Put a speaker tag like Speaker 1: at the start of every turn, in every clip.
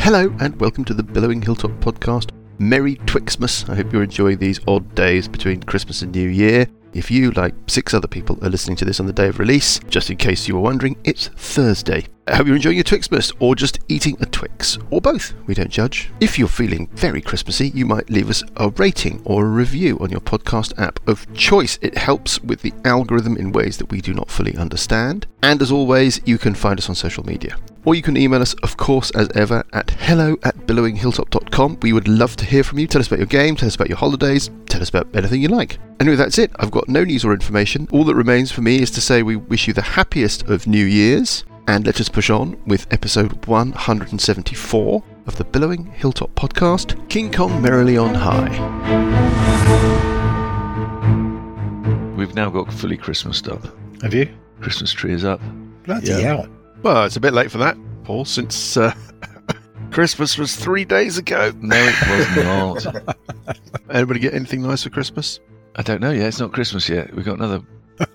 Speaker 1: Hello, and welcome to the Billowing Hilltop podcast. Merry Twixmas. I hope you're enjoying these odd days between Christmas and New Year. If you, like six other people, are listening to this on the day of release, just in case you were wondering, it's Thursday. I hope you're enjoying your Twixmas, or just eating a Twix, or both. We don't judge. If you're feeling very Christmassy, you might leave us a rating or a review on your podcast app of choice. It helps with the algorithm in ways that we do not fully understand. And as always, you can find us on social media. Or you can email us, of course, as ever, at hello at billowinghilltop.com. We would love to hear from you. Tell us about your game, tell us about your holidays, tell us about anything you like. Anyway, that's it. I've got no news or information. All that remains for me is to say we wish you the happiest of New Year's. And let us push on with episode 174 of the Billowing Hilltop podcast King Kong Merrily on High.
Speaker 2: We've now got fully Christmased up.
Speaker 3: Have you?
Speaker 2: Christmas tree is up.
Speaker 3: Bloody
Speaker 2: Yeah.
Speaker 3: hell.
Speaker 1: Well, it's a bit late for that, Paul, since uh, Christmas was three days ago.
Speaker 2: No, it was not.
Speaker 1: Anybody get anything nice for Christmas?
Speaker 2: I don't know yet. It's not Christmas yet. We've got another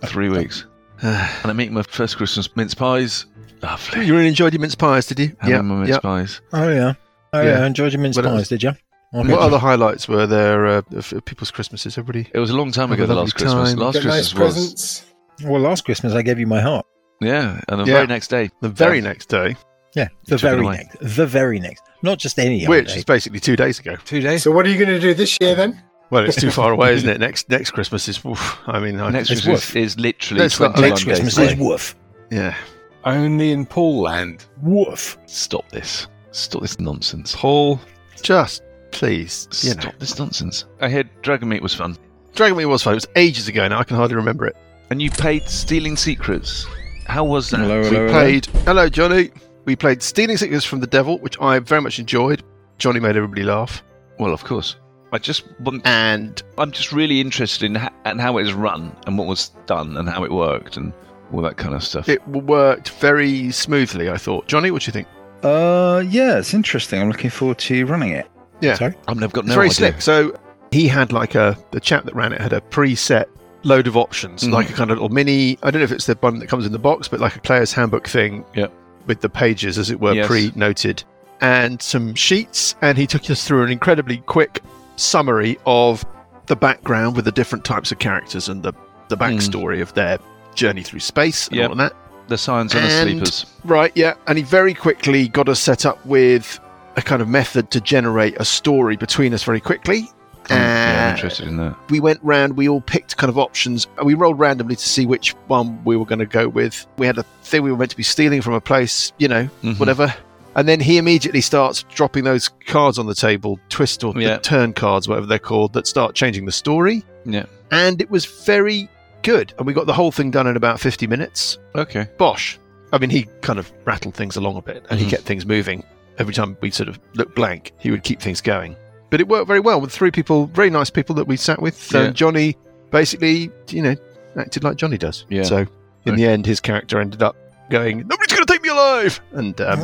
Speaker 2: three weeks. and I'm eating my first Christmas mince pies. Lovely.
Speaker 1: You really enjoyed your mince pies, did you?
Speaker 2: Having my mince pies.
Speaker 3: Oh, yeah. Oh,
Speaker 1: Yeah.
Speaker 3: yeah. Enjoyed your mince
Speaker 1: But it
Speaker 3: pies,
Speaker 1: was-
Speaker 3: did you? I
Speaker 1: What other highlights were there uh, of of people's Christmases? Everybody.
Speaker 2: It was a long time
Speaker 1: Have a
Speaker 2: ago, the
Speaker 1: lovely
Speaker 2: last Christmas.
Speaker 1: time.
Speaker 2: Last
Speaker 4: Get nice
Speaker 2: Christmas was.
Speaker 4: presents.
Speaker 3: Well, last Christmas I gave you my heart.
Speaker 2: Yeah, and the
Speaker 1: Yeah.
Speaker 2: very next day.
Speaker 1: The very
Speaker 2: Yeah.
Speaker 1: next day,
Speaker 3: Yeah, the
Speaker 2: took it
Speaker 3: very
Speaker 2: away.
Speaker 3: next. The very next. Not just any
Speaker 1: which
Speaker 3: holiday.
Speaker 1: is basically two days ago.
Speaker 5: Two days.
Speaker 4: So what are you going to do this year then?
Speaker 1: Well, it's too far away, isn't it? Next next Christmas is. oof, I mean, I,
Speaker 2: Next
Speaker 3: It's
Speaker 2: Christmas
Speaker 3: woof.
Speaker 2: is literally
Speaker 1: Let's not-
Speaker 2: 21
Speaker 1: Next
Speaker 3: Next
Speaker 2: days
Speaker 3: Christmas
Speaker 2: away.
Speaker 3: is woof.
Speaker 1: yeah.
Speaker 5: Only in Paul land.
Speaker 3: Woof.
Speaker 2: Stop this. Stop this nonsense.
Speaker 1: Paul, just please, you know,
Speaker 2: Stop this nonsense. I heard Dragon Meat was fun.
Speaker 1: Dragon Meat was fun. It was ages ago now. I can hardly remember it.
Speaker 2: And you played Stealing Secrets. How was that?
Speaker 3: Hello,
Speaker 1: we played. Hello, Johnny. We played Stealing Secrets from the Devil, which I very much enjoyed. Johnny made everybody laugh,
Speaker 2: Well, of course. I just want
Speaker 1: and
Speaker 2: I'm just really interested in ha- and how it was run and what was done and how it worked and all that kind of stuff.
Speaker 1: it worked very smoothly. I thought. Johnny, what do you think?
Speaker 6: Uh, yeah, it's interesting. I'm looking forward to running it.
Speaker 1: Yeah.
Speaker 3: Sorry?
Speaker 2: I mean, I've got
Speaker 1: It's
Speaker 2: no
Speaker 1: very
Speaker 2: idea.
Speaker 1: slick. So he had like a the chap that ran it had a preset load of options,
Speaker 2: Mhm.
Speaker 1: like a kind of little mini. I don't know if it's the one that comes in the box, but like a player's handbook thing.
Speaker 2: Yeah.
Speaker 1: With the pages, as it were,
Speaker 2: Yes.
Speaker 1: pre-noted, and some sheets, and he took us through an incredibly quick summary of the background with the different types of characters and the the
Speaker 2: Mm.
Speaker 1: backstory of their journey through space and
Speaker 2: Yep.
Speaker 1: all of that.
Speaker 2: The signs on the
Speaker 1: And-
Speaker 2: sleepers.
Speaker 1: Right, yeah. And he very quickly got us set up with a kind of method to generate a story between us very quickly.
Speaker 2: I'm, Hmm, yeah, I'm
Speaker 1: And
Speaker 2: interested in that.
Speaker 1: we went round, we all picked kind of options, and we rolled randomly to see which one we were going to go with. We had a thing we were meant to be stealing from a place, you know,
Speaker 2: Mhm.
Speaker 1: whatever. And then he immediately starts dropping those cards on the table, twist or
Speaker 2: Yeah.
Speaker 1: turn cards, whatever they're called, that start changing the story.
Speaker 2: Yeah.
Speaker 1: And it was very good. And we got the whole thing done in about 50 minutes.
Speaker 2: Okay.
Speaker 1: Bosch. I mean, he kind of rattled things along a bit and he
Speaker 2: Mhm.
Speaker 1: kept things moving. Every time we sort of looked blank, he would keep things going. But it worked very well with three people, very nice people that we sat with.
Speaker 2: Yeah.
Speaker 1: And Johnny basically, you know, acted like Johnny does.
Speaker 2: Yeah.
Speaker 1: So in the end, his character ended up going, Nobody's going to take me alive! And um,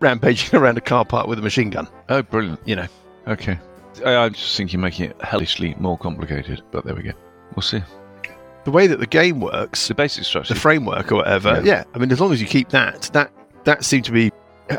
Speaker 1: rampaging around a car park with a machine gun.
Speaker 2: Oh, brilliant.
Speaker 1: You know.
Speaker 2: Okay. I, I'm just thinking making it hellishly more complicated, but there we go. We'll see.
Speaker 1: The way that the game works,
Speaker 2: The basic
Speaker 1: the
Speaker 2: structure.
Speaker 1: framework or whatever, yeah.
Speaker 2: Yeah.
Speaker 1: I mean, as long as you keep that, that, that seemed to be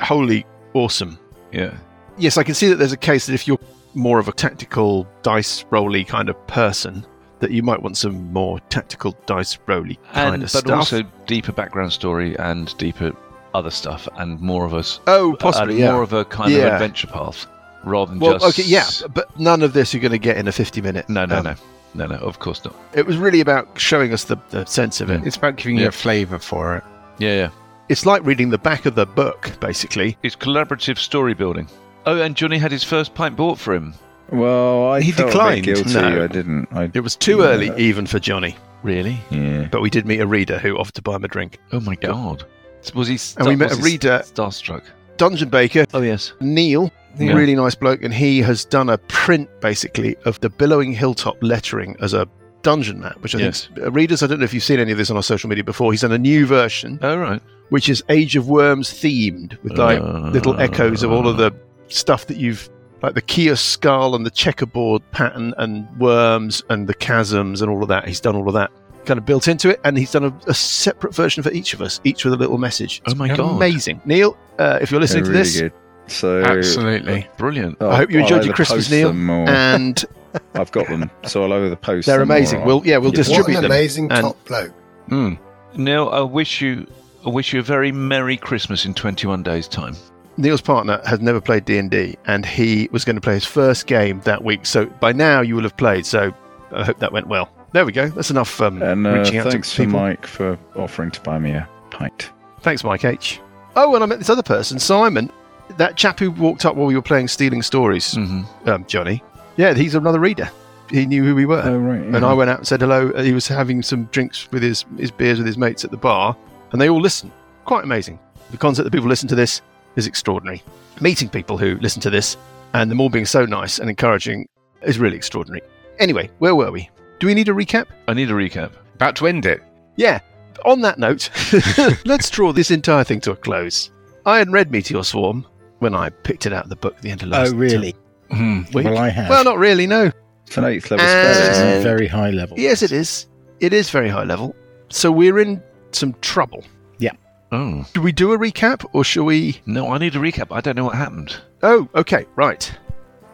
Speaker 1: wholly awesome.
Speaker 2: yeah.
Speaker 1: yes, I can see that there's a case that if you're more of a tactical dice rolly kind of person, that you might want some more tactical dice rolly kind
Speaker 2: And,
Speaker 1: of
Speaker 2: but
Speaker 1: stuff.
Speaker 2: also deeper background story and deeper other stuff and more of us.
Speaker 1: oh, possibly, yeah.
Speaker 2: uh, More of a kind
Speaker 1: Yeah.
Speaker 2: of adventure path rather than
Speaker 1: well,
Speaker 2: just.
Speaker 1: okay, yeah, but none of this you're going to get in a 50 minute.
Speaker 2: No, no,
Speaker 1: um,
Speaker 2: no. No, no, of course not.
Speaker 1: It was really about showing us the, the sense of it.
Speaker 2: Mm.
Speaker 5: It's about giving
Speaker 2: Yeah.
Speaker 5: you a flavour for it.
Speaker 2: Yeah, yeah.
Speaker 1: It's like reading the back of the book, basically.
Speaker 2: It's collaborative story building. Oh, and Johnny had his first pint bought for him.
Speaker 6: Well, I
Speaker 5: He
Speaker 6: felt
Speaker 5: declined.
Speaker 6: A bit guilty.
Speaker 1: No.
Speaker 6: I didn't. I
Speaker 1: It was too
Speaker 6: Yeah.
Speaker 1: early even for Johnny,
Speaker 2: Really?
Speaker 6: yeah.
Speaker 1: but we did meet a reader who offered to buy him a drink.
Speaker 2: Oh my god. Was he? Star-
Speaker 1: And we met
Speaker 2: was
Speaker 1: a
Speaker 2: he
Speaker 1: reader-
Speaker 2: starstruck.
Speaker 1: Dungeon Baker,
Speaker 2: Oh yes.
Speaker 1: Neil,
Speaker 2: Yeah.
Speaker 1: really nice bloke, and he has done a print basically of the Billowing Hilltop lettering as a dungeon map, which I
Speaker 2: Yes.
Speaker 1: think uh, readers, I don't know if you've seen any of this on our social media before. He's done a new version,
Speaker 2: Oh right.
Speaker 1: which is Age of Worms themed with like little
Speaker 2: Uh,
Speaker 1: echoes of all of the stuff that you've like the kiosk skull and the checkerboard pattern and worms and the chasms and all of that. He's done all of that kind of built into it, and he's done a, a separate version for each of us, each with a little message.
Speaker 2: Oh my God.
Speaker 1: Amazing, Neil. Uh, if you're listening to
Speaker 6: Yeah, really
Speaker 1: this,
Speaker 6: good. So
Speaker 5: Absolutely.
Speaker 2: Uh, Brilliant.
Speaker 6: I'll-
Speaker 1: I hope you
Speaker 6: I'll
Speaker 1: enjoyed
Speaker 6: either
Speaker 1: your Christmas,
Speaker 6: post
Speaker 1: Neil.
Speaker 6: them or-
Speaker 1: And
Speaker 6: I've got them, so I'll either post.
Speaker 1: they're
Speaker 6: them or
Speaker 1: amazing.
Speaker 6: I'll-
Speaker 1: We'll yeah, we'll
Speaker 6: Yeah.
Speaker 4: What
Speaker 1: distribute
Speaker 4: an
Speaker 1: them.
Speaker 4: amazing
Speaker 1: and-
Speaker 4: top bloke.
Speaker 2: Mm. Neil, I wish you I wish you a very merry Christmas in 21 days' time.
Speaker 1: Neil's partner has never played D and D, and he was going to play his first game that week. So by now you will have played. So I hope that went well. There we go. That's enough um,
Speaker 6: And uh,
Speaker 1: reaching out
Speaker 6: thanks
Speaker 1: to
Speaker 6: to
Speaker 1: people.
Speaker 6: Mike for offering to buy me a pint.
Speaker 1: Thanks, Mike H. Oh, and I met this other person, Simon, that chap who walked up while we were playing Stealing Stories,
Speaker 2: Mm-hmm.
Speaker 1: um, Johnny. Yeah, he's another reader. He knew who we were.
Speaker 6: Oh right.
Speaker 1: Uh, and
Speaker 3: Mm-hmm.
Speaker 1: I went out and said hello. Uh, He was having some drinks with his, his beers with his mates at the bar, and they all listened. Quite amazing. The concept that people listen to this is extraordinary. Meeting people who listen to this and them all being so nice and encouraging is really extraordinary. Anyway, where were we? Do we need a recap?
Speaker 2: I need a recap.
Speaker 5: About to end it.
Speaker 1: Yeah. On that note, let's draw this entire thing to a close. I had read Meteor Swarm when I picked it out of the book at the end of last
Speaker 3: Oh, really?
Speaker 5: Hmm.
Speaker 2: Mm.
Speaker 1: week.
Speaker 3: Well, I have.
Speaker 1: Well, not really, no.
Speaker 6: It's an eighth level
Speaker 1: And-
Speaker 6: spell.
Speaker 3: This
Speaker 6: isn't
Speaker 3: is
Speaker 6: it?
Speaker 3: a very high level.
Speaker 1: Yes, it is. It is very high level. So we're in some trouble.
Speaker 2: Oh,
Speaker 1: Do we do a recap or shall we?
Speaker 2: no, I need a recap. I don't know what happened.
Speaker 1: Oh, okay, right.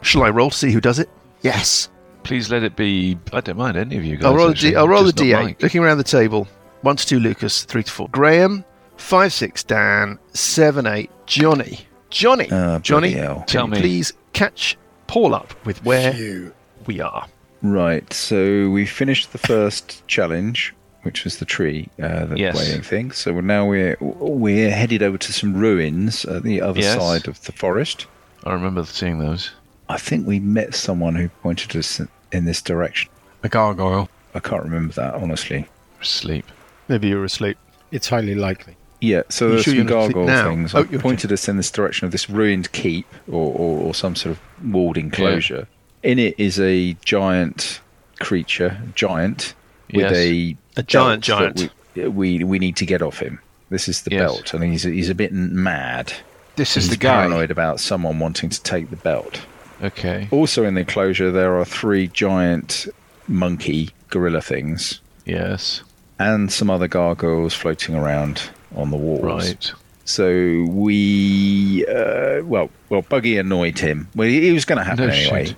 Speaker 1: Shall I roll to see who does it? Yes.
Speaker 2: Please let it be. I don't mind any of you guys.
Speaker 1: I'll roll, a
Speaker 2: actually,
Speaker 1: D- I'll roll the
Speaker 2: just not
Speaker 1: D8.
Speaker 2: Mike.
Speaker 1: Looking around the table. 1 to 2, Lucas. 3 to 4, Graham. 5 6, Dan. 7 8, Johnny. Johnny.
Speaker 6: Ah,
Speaker 1: Johnny,
Speaker 6: bloody hell.
Speaker 2: Tell
Speaker 1: can you
Speaker 2: me.
Speaker 1: please catch Paul up with where
Speaker 4: Phew.
Speaker 1: we are.
Speaker 6: Right. So we finished the first challenge, which was the tree, uh, the
Speaker 2: Yes.
Speaker 6: wailing thing. So we're now we're we're headed over to some ruins at the other
Speaker 2: Yes.
Speaker 6: side of the forest.
Speaker 2: I remember seeing those.
Speaker 6: I think we met someone who pointed us in this direction.
Speaker 5: The gargoyle.
Speaker 6: I can't remember that honestly.
Speaker 2: Sleep.
Speaker 1: Maybe you were asleep.
Speaker 3: It's highly likely.
Speaker 6: Yeah, so
Speaker 1: You
Speaker 6: there's
Speaker 1: sure
Speaker 6: some
Speaker 1: you're not asleep
Speaker 6: gargoyle
Speaker 1: now?
Speaker 6: things.
Speaker 1: Oh,
Speaker 6: I
Speaker 1: you're okay.
Speaker 6: pointed us in this direction of this ruined keep or, or, or some sort of walled enclosure. In it is a giant creature, giant, with
Speaker 2: Yes.
Speaker 6: a
Speaker 1: A giant
Speaker 6: belt that
Speaker 1: giant.
Speaker 6: We, we we need to get off him. This is the
Speaker 2: Yes.
Speaker 6: belt, and he's he's a bit mad.
Speaker 2: This
Speaker 6: he's
Speaker 2: is the guy.
Speaker 6: paranoid about someone wanting to take the belt.
Speaker 2: Okay.
Speaker 6: Also in the enclosure, there are three giant monkey gorilla things
Speaker 2: Yes.
Speaker 6: and some other gargoyles floating around on the walls.
Speaker 2: Right.
Speaker 6: So we, uh, well, well, Buggy annoyed him. Well, it was going to happen
Speaker 2: No
Speaker 6: anyway.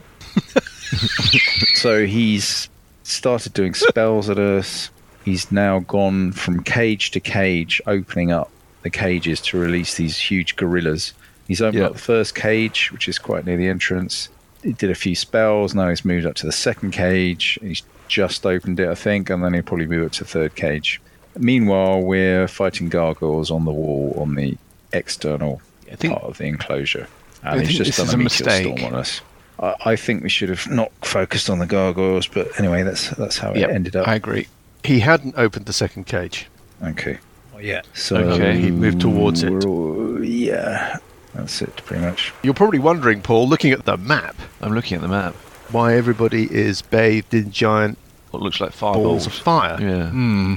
Speaker 6: so he's started doing spells at us. He's now gone from cage to cage, opening up the cages to release these huge gorillas. He's opened
Speaker 2: Yeah.
Speaker 6: up the first cage, which is quite near the entrance. He did a few spells. Now he's moved up to the second cage. He's just opened it, I think, and then he'll probably move up to the third cage. Meanwhile, we're fighting gargoyles on the wall on the external
Speaker 2: I think-
Speaker 6: part of the enclosure.
Speaker 5: I
Speaker 6: And he's
Speaker 5: think
Speaker 6: just
Speaker 5: this
Speaker 6: done
Speaker 5: is
Speaker 6: a
Speaker 5: a
Speaker 6: meteor
Speaker 5: mistake.
Speaker 6: storm on us. I, I think we should have not focused on the gargoyles, but anyway, that's that's how it
Speaker 1: Yep.
Speaker 6: ended up.
Speaker 5: I agree.
Speaker 1: He hadn't opened the second cage.
Speaker 6: Okay.
Speaker 3: yeah.
Speaker 6: So
Speaker 2: Okay.
Speaker 1: He moved towards it.
Speaker 6: we're all- yeah, that's it pretty much.
Speaker 1: You're probably wondering, Paul, looking at the map,
Speaker 2: I'm looking at the map.
Speaker 1: why everybody is bathed in giant
Speaker 2: What looks like
Speaker 1: balls
Speaker 2: fireballs.
Speaker 1: of fire.
Speaker 2: Yeah.
Speaker 5: Hmm.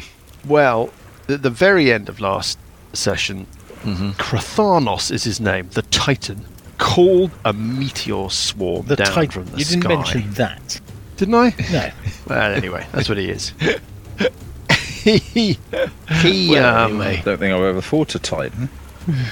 Speaker 1: Well, at the very end of last session,
Speaker 2: Mm-hmm.
Speaker 1: Krathanos is his name, the Titan, called a meteor swarm
Speaker 3: The
Speaker 1: down
Speaker 3: title.
Speaker 1: from the
Speaker 3: You didn't
Speaker 1: sky.
Speaker 3: mention that.
Speaker 1: Didn't I?
Speaker 3: No.
Speaker 1: well, anyway, that's what he is. he, he,
Speaker 6: Well,
Speaker 1: um,
Speaker 6: I don't think I've ever fought a titan.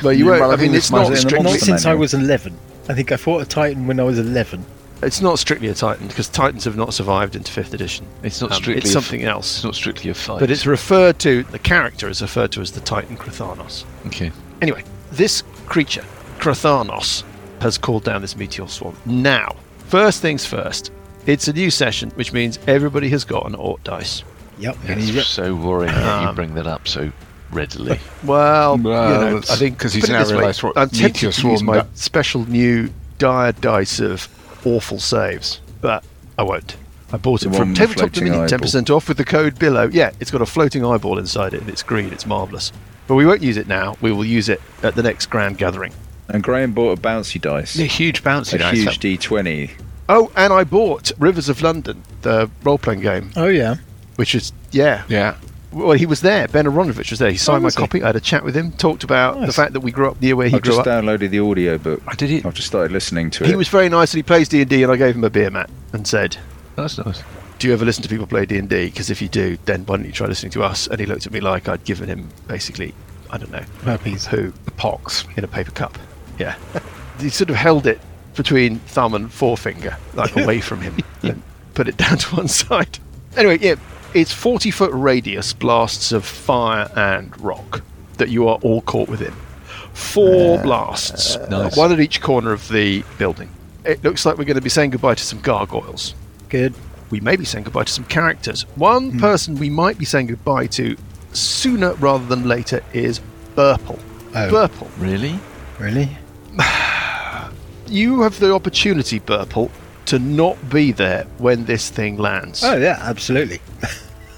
Speaker 1: well, you
Speaker 6: you
Speaker 1: won't,
Speaker 6: might
Speaker 1: I
Speaker 6: have
Speaker 1: mean,
Speaker 6: been
Speaker 1: it's
Speaker 6: this
Speaker 1: not
Speaker 6: miser in the
Speaker 1: strictly,
Speaker 3: Not
Speaker 6: Monster
Speaker 3: since I
Speaker 6: Manual.
Speaker 3: was 11. I think I fought a Titan when I was 11.
Speaker 1: it's not strictly a Titan because Titans have not survived into fifth edition.
Speaker 2: It's not
Speaker 1: Um,
Speaker 2: strictly.
Speaker 1: it's
Speaker 2: a f-
Speaker 1: something else.
Speaker 2: It's not strictly a fight.
Speaker 1: But it's referred to, the character is referred to as the Titan Krathanos.
Speaker 2: okay.
Speaker 1: Anyway, this creature, Krathanos, has called down this meteor swarm. Now, first things first, it's a new session, which means everybody has got an Ort dice.
Speaker 3: Yep. And
Speaker 2: It's
Speaker 3: he re-
Speaker 2: so worrying that you
Speaker 1: Um,
Speaker 2: bring that up so readily.
Speaker 1: Well,
Speaker 5: Well,
Speaker 1: you know,
Speaker 5: that's
Speaker 1: I think
Speaker 5: 'cause he's
Speaker 1: put it
Speaker 5: now
Speaker 1: this way,
Speaker 5: realised what
Speaker 1: I'm tempted
Speaker 5: meteor
Speaker 1: to use
Speaker 5: swarm
Speaker 1: my
Speaker 5: that-
Speaker 1: special new dire dice of awful saves, but I won't. I bought
Speaker 6: The
Speaker 1: it
Speaker 6: one
Speaker 1: from
Speaker 6: with
Speaker 1: Tabletop
Speaker 6: floating
Speaker 1: Dominion, ten percent off with the code Billow. Yeah, it's got a floating eyeball inside it, and it's green. It's marvelous. But we won't use it now. We will use it at the next grand gathering.
Speaker 6: And Graham bought a bouncy dice,
Speaker 5: A huge bouncy
Speaker 6: a
Speaker 5: dice.
Speaker 6: huge D20.
Speaker 1: Oh, and I bought Rivers of London, the role-playing game,
Speaker 3: oh, yeah.
Speaker 1: which is yeah.
Speaker 5: Yeah.
Speaker 1: Well, he was there. Ben Aronovich was there. He signed my
Speaker 3: Oh, was he?
Speaker 1: copy. I had a chat with him. Talked about the
Speaker 3: Nice. uh,
Speaker 1: fact that we grew up near where he
Speaker 6: I've
Speaker 1: grew
Speaker 6: just
Speaker 1: up.
Speaker 6: downloaded the audio book.
Speaker 2: I did it.
Speaker 6: I've just started listening to it.
Speaker 1: He was very nice, and he plays D and D. And I gave him a beer mat and said,
Speaker 2: That's nice.
Speaker 1: "Do you ever listen to people play D and D? Because if you do, then why don't you try listening to us?" And he looked at me like I'd given him basically, I don't know,
Speaker 3: Puppies.
Speaker 1: who
Speaker 5: The pox.
Speaker 1: in a paper cup. Yeah. he sort of held it between thumb and forefinger, like away from him, and put it down to one side. Anyway, yeah, it's 40 foot radius blasts of fire and rock that you are all caught within. Four blasts,
Speaker 2: nice.
Speaker 1: one at each corner of the building. It looks like we're going to be saying goodbye to some gargoyles.
Speaker 3: Good. Hmm.
Speaker 1: We may be saying goodbye to some characters. One person we might be saying goodbye to sooner rather than later is Burple.
Speaker 3: Oh.
Speaker 1: Burple.
Speaker 2: Really?
Speaker 3: Really?
Speaker 1: you have the opportunity, Burple, to not be there when this thing lands.
Speaker 3: Oh yeah, absolutely.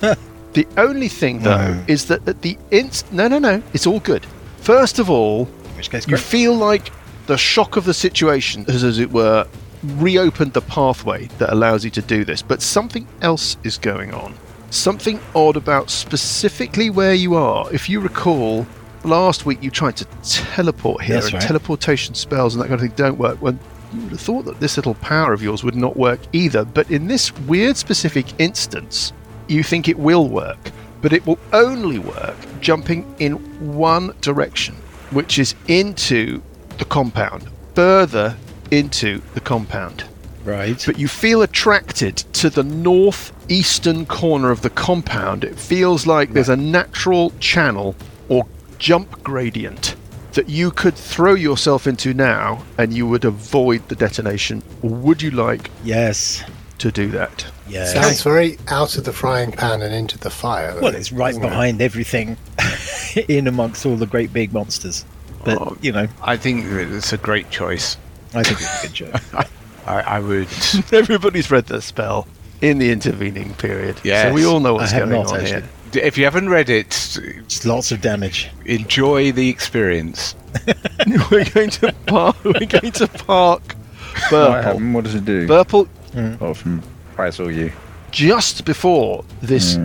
Speaker 1: The only thing, though,
Speaker 3: No.
Speaker 1: is that at the inst. No, no, no. It's all good. First of all,
Speaker 3: Which case,
Speaker 1: you
Speaker 3: great.
Speaker 1: feel like the shock of the situation has, as it were, reopened the pathway that allows you to do this. But something else is going on. Something odd about specifically where you are. If you recall, last week you tried to teleport here,
Speaker 3: That's
Speaker 1: and
Speaker 3: right.
Speaker 1: teleportation spells and that kind of thing don't work. Well, you would have thought that this little power of yours would not work either. But in this weird specific instance, you think it will work. But it will only work jumping in one direction which is into the compound, further into the compound.
Speaker 3: right.
Speaker 1: But you feel attracted to the northeastern corner of the compound. It feels like there's a natural channel or jump gradient that you could throw yourself into now and you would avoid the detonation. Would you like
Speaker 3: Yes.
Speaker 1: to do that?
Speaker 3: Yes.
Speaker 4: Sounds very out of the frying pan and into the fire. though,
Speaker 3: well, it's right
Speaker 4: doesn't it?
Speaker 3: behind everything, in amongst all the great big monsters. But
Speaker 1: Oh.
Speaker 3: you know,
Speaker 5: I think it's a great choice.
Speaker 3: I think it's a good joke.
Speaker 5: I, I would.
Speaker 1: Everybody's read the spell in the intervening period. So
Speaker 5: Yes.
Speaker 1: we all know what's
Speaker 3: I have
Speaker 1: going
Speaker 3: not,
Speaker 1: on
Speaker 3: actually.
Speaker 1: here.
Speaker 5: if you haven't read it,
Speaker 3: It's lots of damage.
Speaker 5: enjoy the experience.
Speaker 1: we're going to park. We're going to park.
Speaker 6: No, I
Speaker 1: Burple.
Speaker 6: haven't. um, What does it do?
Speaker 1: Burple.
Speaker 6: oh, from Frazzle you. Hmm.
Speaker 1: Just before this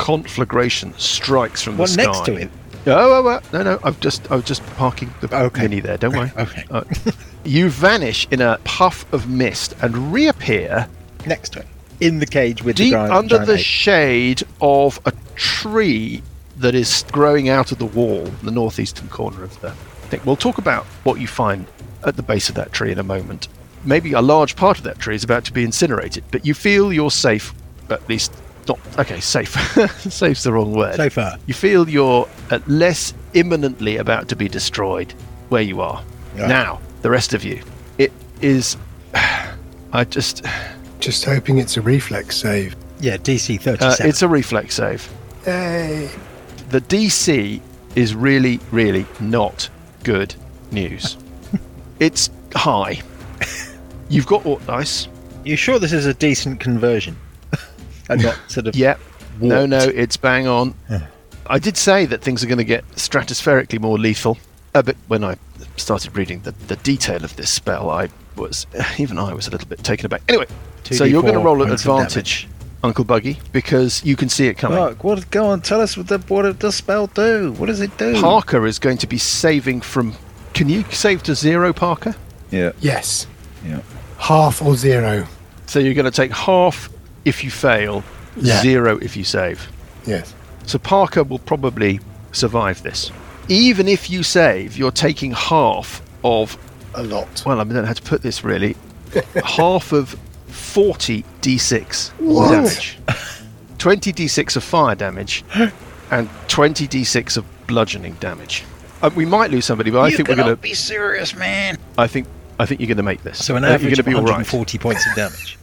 Speaker 1: conflagration strikes from the
Speaker 3: Well,
Speaker 1: sky.
Speaker 3: Hmm. next to it.
Speaker 1: Oh, oh, oh, no, no. I've just, I was just parking the
Speaker 3: Okay.
Speaker 1: mini there. Don't worry.
Speaker 3: Okay.
Speaker 1: Uh, you vanish in a puff of mist and reappear
Speaker 3: Next to it, in the cage with the
Speaker 1: deep
Speaker 3: giant,
Speaker 1: under
Speaker 3: giant
Speaker 1: the
Speaker 3: ape.
Speaker 1: shade of a tree that is growing out of the wall, the northeastern corner of the thing. We'll talk about what you find at the base of that tree in a moment. Maybe a large part of that tree is about to be incinerated, but you feel you're safe, at least not. Okay, safe. Safe's the wrong word.
Speaker 3: so far.
Speaker 1: You feel you're at less imminently about to be destroyed where you are.
Speaker 3: Yeah.
Speaker 1: Now, the rest of you. It is. I just. uh,
Speaker 4: Just hoping it's a reflex save.
Speaker 3: Yeah, DC
Speaker 1: Uh,
Speaker 3: thirty-seven.
Speaker 1: it's a reflex save.
Speaker 4: Yay!
Speaker 1: the DC is really, really not good news. it's high. You've got Orc Dice.
Speaker 3: you sure this is a decent conversion? and not sort of
Speaker 1: Yep. No,
Speaker 3: Warped.
Speaker 1: no, it's bang on. I did say that things are going to get stratospherically more lethal. Uh, but when I started reading the, the detail of this spell, I was, even I was a little bit taken aback. Anyway, so you're going to
Speaker 3: 2d4
Speaker 1: roll at
Speaker 3: points of Oh.
Speaker 1: advantage, Uncle Buggy, because you can see it coming.
Speaker 6: Mark, what? Go on, tell us what the what it- the spell do. What does it do?
Speaker 1: Parker is going to be saving from. Can you save to zero, Parker?
Speaker 6: Yeah,
Speaker 4: Yes.
Speaker 6: yeah.
Speaker 4: Half or zero.
Speaker 1: So you're going to take half if you fail,
Speaker 4: Yeah.
Speaker 1: zero if you save.
Speaker 4: Yes.
Speaker 1: So Parker will probably survive this. Even if you save, you're taking half of,
Speaker 4: A lot.
Speaker 1: well, I don't know how to put this really, half of 40 d6
Speaker 4: What?
Speaker 1: damage, 20 d6 of fire damage, and 20 d6 of bludgeoning damage. Uh, we might lose somebody, but I think we're going to.
Speaker 6: be serious, man.
Speaker 1: I think. I think you're going to make this.
Speaker 3: So an
Speaker 1: I think
Speaker 3: average
Speaker 1: you're
Speaker 3: of
Speaker 1: going to be all right.
Speaker 3: 140 points of damage.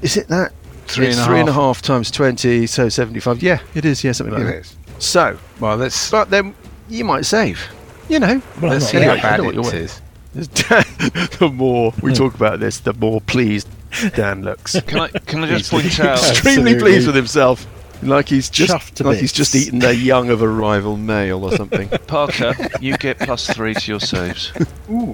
Speaker 1: Is it that?
Speaker 5: Three
Speaker 1: it's
Speaker 5: and a
Speaker 1: three and a
Speaker 5: half.
Speaker 1: half times 20, so 75. Yeah, it is. Yeah, something like that. So,
Speaker 5: Well, let's.
Speaker 1: but then you might save. You know,
Speaker 3: Well, I'm
Speaker 5: Let's
Speaker 3: not
Speaker 5: see how
Speaker 1: yeah, I
Speaker 5: bad
Speaker 1: know what
Speaker 5: it
Speaker 1: you want.
Speaker 5: is.
Speaker 1: the more we
Speaker 3: Hmm.
Speaker 1: talk about this, the more pleased Dan looks.
Speaker 2: Can I can I just point out?
Speaker 1: Extremely
Speaker 3: Absolutely.
Speaker 1: pleased with himself, like he's
Speaker 3: Chuffed
Speaker 1: just
Speaker 3: to
Speaker 1: like he's
Speaker 3: bits.
Speaker 1: just eaten the young of a rival male or something.
Speaker 2: Parker, you get plus three to your saves.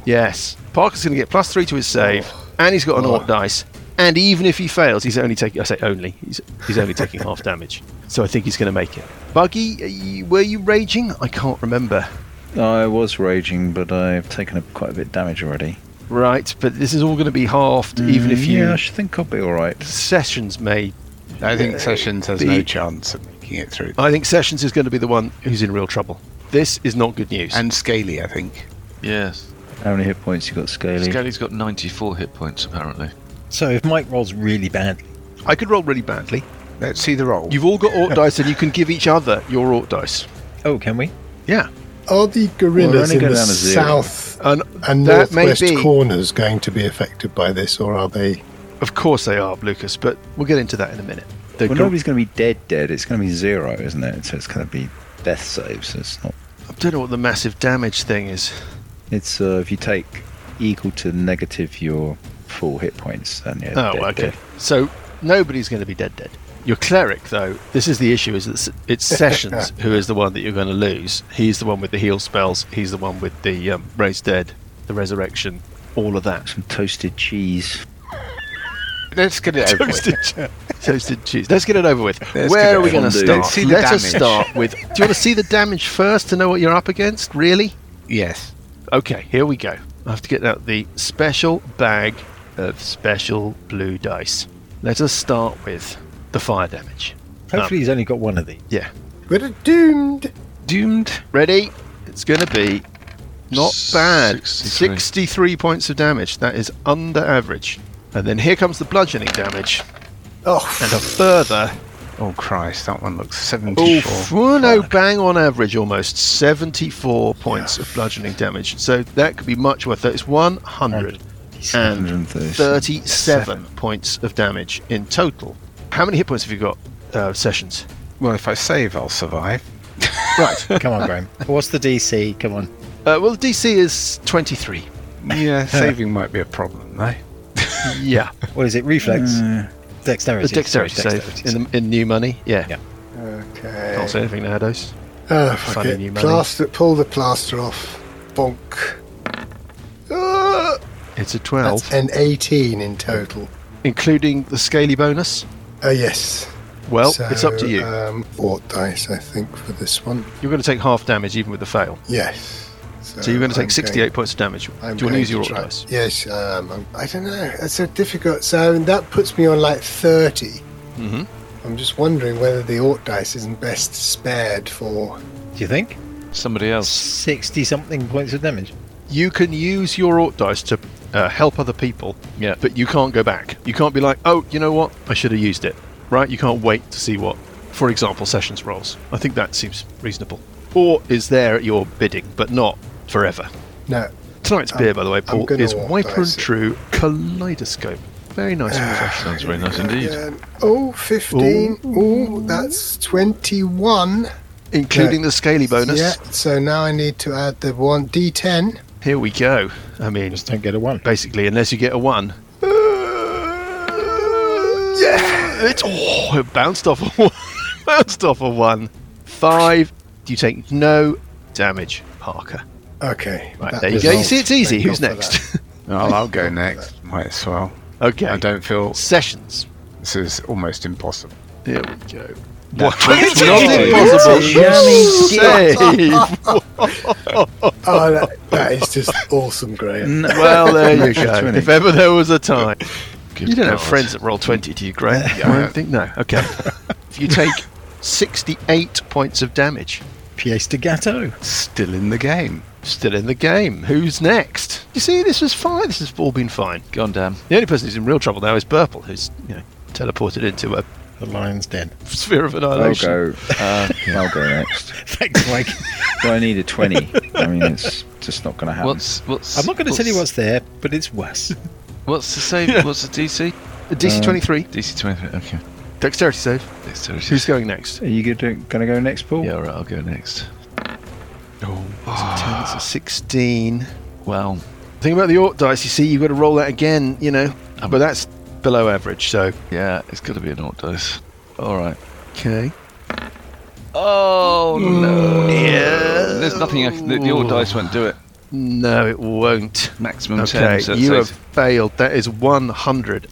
Speaker 1: yes, Parker's going to get plus three to his save,
Speaker 3: Oh.
Speaker 1: and he's got an orc dice. And even if he fails, he's only taking—I say only—he's he's only taking half damage. So I think he's going to make it. Buggy, are you- were you raging? I can't remember.
Speaker 6: I was raging, but I've taken up quite a bit of damage already.
Speaker 1: Right, but this is all going to be halved, even if you
Speaker 6: yeah, I should think I'll be all right.
Speaker 1: Sessions may.
Speaker 5: I think Sessions has no
Speaker 1: The-
Speaker 5: chance of making it through.
Speaker 1: I think Sessions is going to be the one who's in real trouble. This is not good news.
Speaker 5: And Scaly, I think.
Speaker 2: Yes.
Speaker 6: How many hit points you got, Scaly?
Speaker 2: Scaly's got 94 hit points apparently.
Speaker 3: So if Mike rolls really badly,
Speaker 1: I could roll really badly.
Speaker 5: Let's see the roll.
Speaker 1: You've all got orc dice, and you can give each other your orc dice.
Speaker 3: oh, can we?
Speaker 1: Yeah,
Speaker 4: Are the
Speaker 6: Well,
Speaker 4: gorillas
Speaker 6: only
Speaker 4: in
Speaker 6: go
Speaker 4: the
Speaker 6: down to zero.
Speaker 4: south
Speaker 1: and
Speaker 4: and
Speaker 1: that may
Speaker 4: northwest
Speaker 1: be-
Speaker 4: corners going to be affected by this, or are they?
Speaker 1: of course they are, Lucas. But we'll get into that in a minute. The
Speaker 6: Well,
Speaker 1: gor-
Speaker 6: nobody's going to be dead, dead. It's going to be zero, isn't it? So it's going to be death saves. So it's not.
Speaker 1: I don't know what the massive damage thing is.
Speaker 6: It's uh, if you take equal to negative your full hit points, then yeah.
Speaker 1: Oh,
Speaker 6: dead,
Speaker 1: okay.
Speaker 6: dead.
Speaker 1: So nobody's going to be dead dead. Your cleric, though, this is the issue: is that s- it's Sessions who is the one that you're going to lose. He's the one with the heal spells. He's the one with the um, raise dead, the resurrection, all of that.
Speaker 6: Some toasted cheese.
Speaker 5: Let's get it over with.
Speaker 1: Toasted, che- toasted cheese. Let's get it over with.
Speaker 5: Let's get
Speaker 1: Where
Speaker 5: it
Speaker 1: are we going to
Speaker 5: over with.
Speaker 1: start?
Speaker 5: Let's see the
Speaker 1: Let us
Speaker 5: damage.
Speaker 1: start with. Do you want to see the damage first to know what you're up against? Really?
Speaker 5: Yes.
Speaker 1: Okay, here we go. I have to get out the special bag of special blue dice. Let us start with the fire damage.
Speaker 3: Hopefully, he's only got one of these.
Speaker 1: Yeah.
Speaker 4: We're doomed.
Speaker 5: Doomed.
Speaker 1: Ready? It's going to be not bad.
Speaker 2: 63.
Speaker 1: 63 points of damage. That is under average. And then here comes the bludgeoning damage.
Speaker 4: Oh,
Speaker 1: And a further
Speaker 5: Oh Christ, that one looks
Speaker 1: Oh,
Speaker 5: 74.
Speaker 1: f- well, no, bang on average almost 74 points of bludgeoning damage. So that could be much worth it. It's 137 points of damage in total. How many hit points have you got, uh, Sessions?
Speaker 5: well, if I save, I'll survive.
Speaker 1: Right. uh,
Speaker 3: Come on, Graham. What's the DC? Come on.
Speaker 1: well, the DC is 23.
Speaker 5: Yeah, saving might be a problem, though.
Speaker 1: Yeah.
Speaker 3: What is it? Reflex,
Speaker 1: The
Speaker 3: dexterity,
Speaker 1: dexterity
Speaker 3: Sorry,
Speaker 1: save in, the, in new money. Yeah.
Speaker 3: Yeah.
Speaker 4: okay.
Speaker 1: Can't say anything nowadays.
Speaker 4: Ah, fuck
Speaker 1: Funny
Speaker 4: it.
Speaker 1: new money.
Speaker 4: Plaster, pull the plaster off. Bonk. Ah,
Speaker 1: It's a
Speaker 4: that's
Speaker 1: 12,
Speaker 4: an 18 in total.
Speaker 1: including the scaly bonus.
Speaker 4: Oh, yes.
Speaker 1: Well,
Speaker 4: So,
Speaker 1: it's up to you.
Speaker 4: Um, fort dice, I think, for this one.
Speaker 1: you're going to take half damage even with the fail.
Speaker 4: Yes.
Speaker 1: So you're going to
Speaker 4: I'm
Speaker 1: take 68 points of damage.
Speaker 4: I'm
Speaker 1: Do you want to
Speaker 4: going
Speaker 1: use your orc
Speaker 4: try-
Speaker 1: dice?
Speaker 4: Yes, um, I'm- I don't know. It's so difficult. So that puts me on like 30.
Speaker 1: Mhm.
Speaker 4: I'm just wondering whether the orc dice isn't best spared for.
Speaker 3: Do you think
Speaker 2: Somebody
Speaker 1: Oh.
Speaker 2: else.
Speaker 3: sixty something points of damage?
Speaker 1: You can use your orc dice to uh, help other people,
Speaker 2: Yeah.
Speaker 1: but you can't go back. You can't be like, oh, you know what? I should have used it. Right? You can't wait to see what, for example, Sessions rolls. I think that seems reasonable. Or is there at your bidding, but not forever.
Speaker 4: No.
Speaker 1: Tonight's
Speaker 4: I'm-
Speaker 1: beer, by the way,
Speaker 4: I'm
Speaker 1: Paul,
Speaker 4: gonna
Speaker 1: is
Speaker 4: orc
Speaker 1: Wiper and
Speaker 4: dice it. Ah,
Speaker 1: True Kaleidoscope. Very nice and refreshing.
Speaker 2: Sounds very nice indeed.
Speaker 4: Um, oh, 15. Oh, that's 21.
Speaker 1: Including the scaly bonus.
Speaker 4: Yeah, so now I need to add the one D10.
Speaker 1: Here we go. I mean,
Speaker 3: Just don't get a one.
Speaker 1: basically, unless you get a one. Yeah, it's oh, it bounced off a one. bounced off a one. Five. You take no damage, Parker.
Speaker 4: Okay.
Speaker 1: Right
Speaker 4: that
Speaker 1: there you go. You
Speaker 4: resolves.
Speaker 1: see, it's easy.
Speaker 4: Thank
Speaker 1: Who's
Speaker 4: God for that.
Speaker 1: next?
Speaker 5: Well, I'll go next. Might as well.
Speaker 1: okay.
Speaker 5: I don't feel
Speaker 1: Sessions.
Speaker 5: this is almost impossible.
Speaker 1: Here we go.
Speaker 5: It's
Speaker 1: not impossible. Save.
Speaker 4: Oh, that, that is just awesome,
Speaker 1: Mm.
Speaker 4: Graham.
Speaker 1: well, there you
Speaker 6: Natural
Speaker 1: go.
Speaker 6: 20.
Speaker 1: If ever there was a time.
Speaker 2: Good
Speaker 1: you don't have
Speaker 2: God.
Speaker 1: friends that roll 20, do you, Graham? I don't think no. Okay. if you take 68 points of damage,
Speaker 3: Pièce de gâteau.
Speaker 5: Still in the game.
Speaker 1: still in the game. Who's next? You see, this was fine. This has all been fine.
Speaker 2: Gone damn.
Speaker 1: The only person who's in real trouble now is Burple, who's, you know, teleported into a
Speaker 3: The lion's den.
Speaker 1: sphere of
Speaker 6: I'll
Speaker 1: annihilation.
Speaker 6: go. uh, I'll go next.
Speaker 3: Thanks, Mike.
Speaker 6: Well, I need a twenty. I mean, it's just not going to happen.
Speaker 2: What's what's?
Speaker 3: I'm not going to tell you
Speaker 2: what's
Speaker 3: what's there, but it's worse.
Speaker 2: what's the save? What's the DC?
Speaker 1: A DC 23,
Speaker 2: DC 23. Okay.
Speaker 1: dexterity save.
Speaker 2: Dexterity.
Speaker 1: Who's going next?
Speaker 6: Are you going to go next, Paul?
Speaker 2: Yeah, all right. I'll go next.
Speaker 1: It's a 10, it's a 16.
Speaker 2: Well,
Speaker 1: Think about the orc dice, you see, you've got to roll that again, you know.
Speaker 2: Um,
Speaker 1: But that's below average, so.
Speaker 2: yeah, it's got to be an orc dice. All right.
Speaker 1: Okay.
Speaker 2: Oh no! Yeah. There's nothing. I can, the, the orc dice won't do it.
Speaker 1: No, it won't.
Speaker 2: Maximum
Speaker 1: Okay,
Speaker 2: Um, ten. So
Speaker 1: you have
Speaker 2: that's
Speaker 1: failed. That is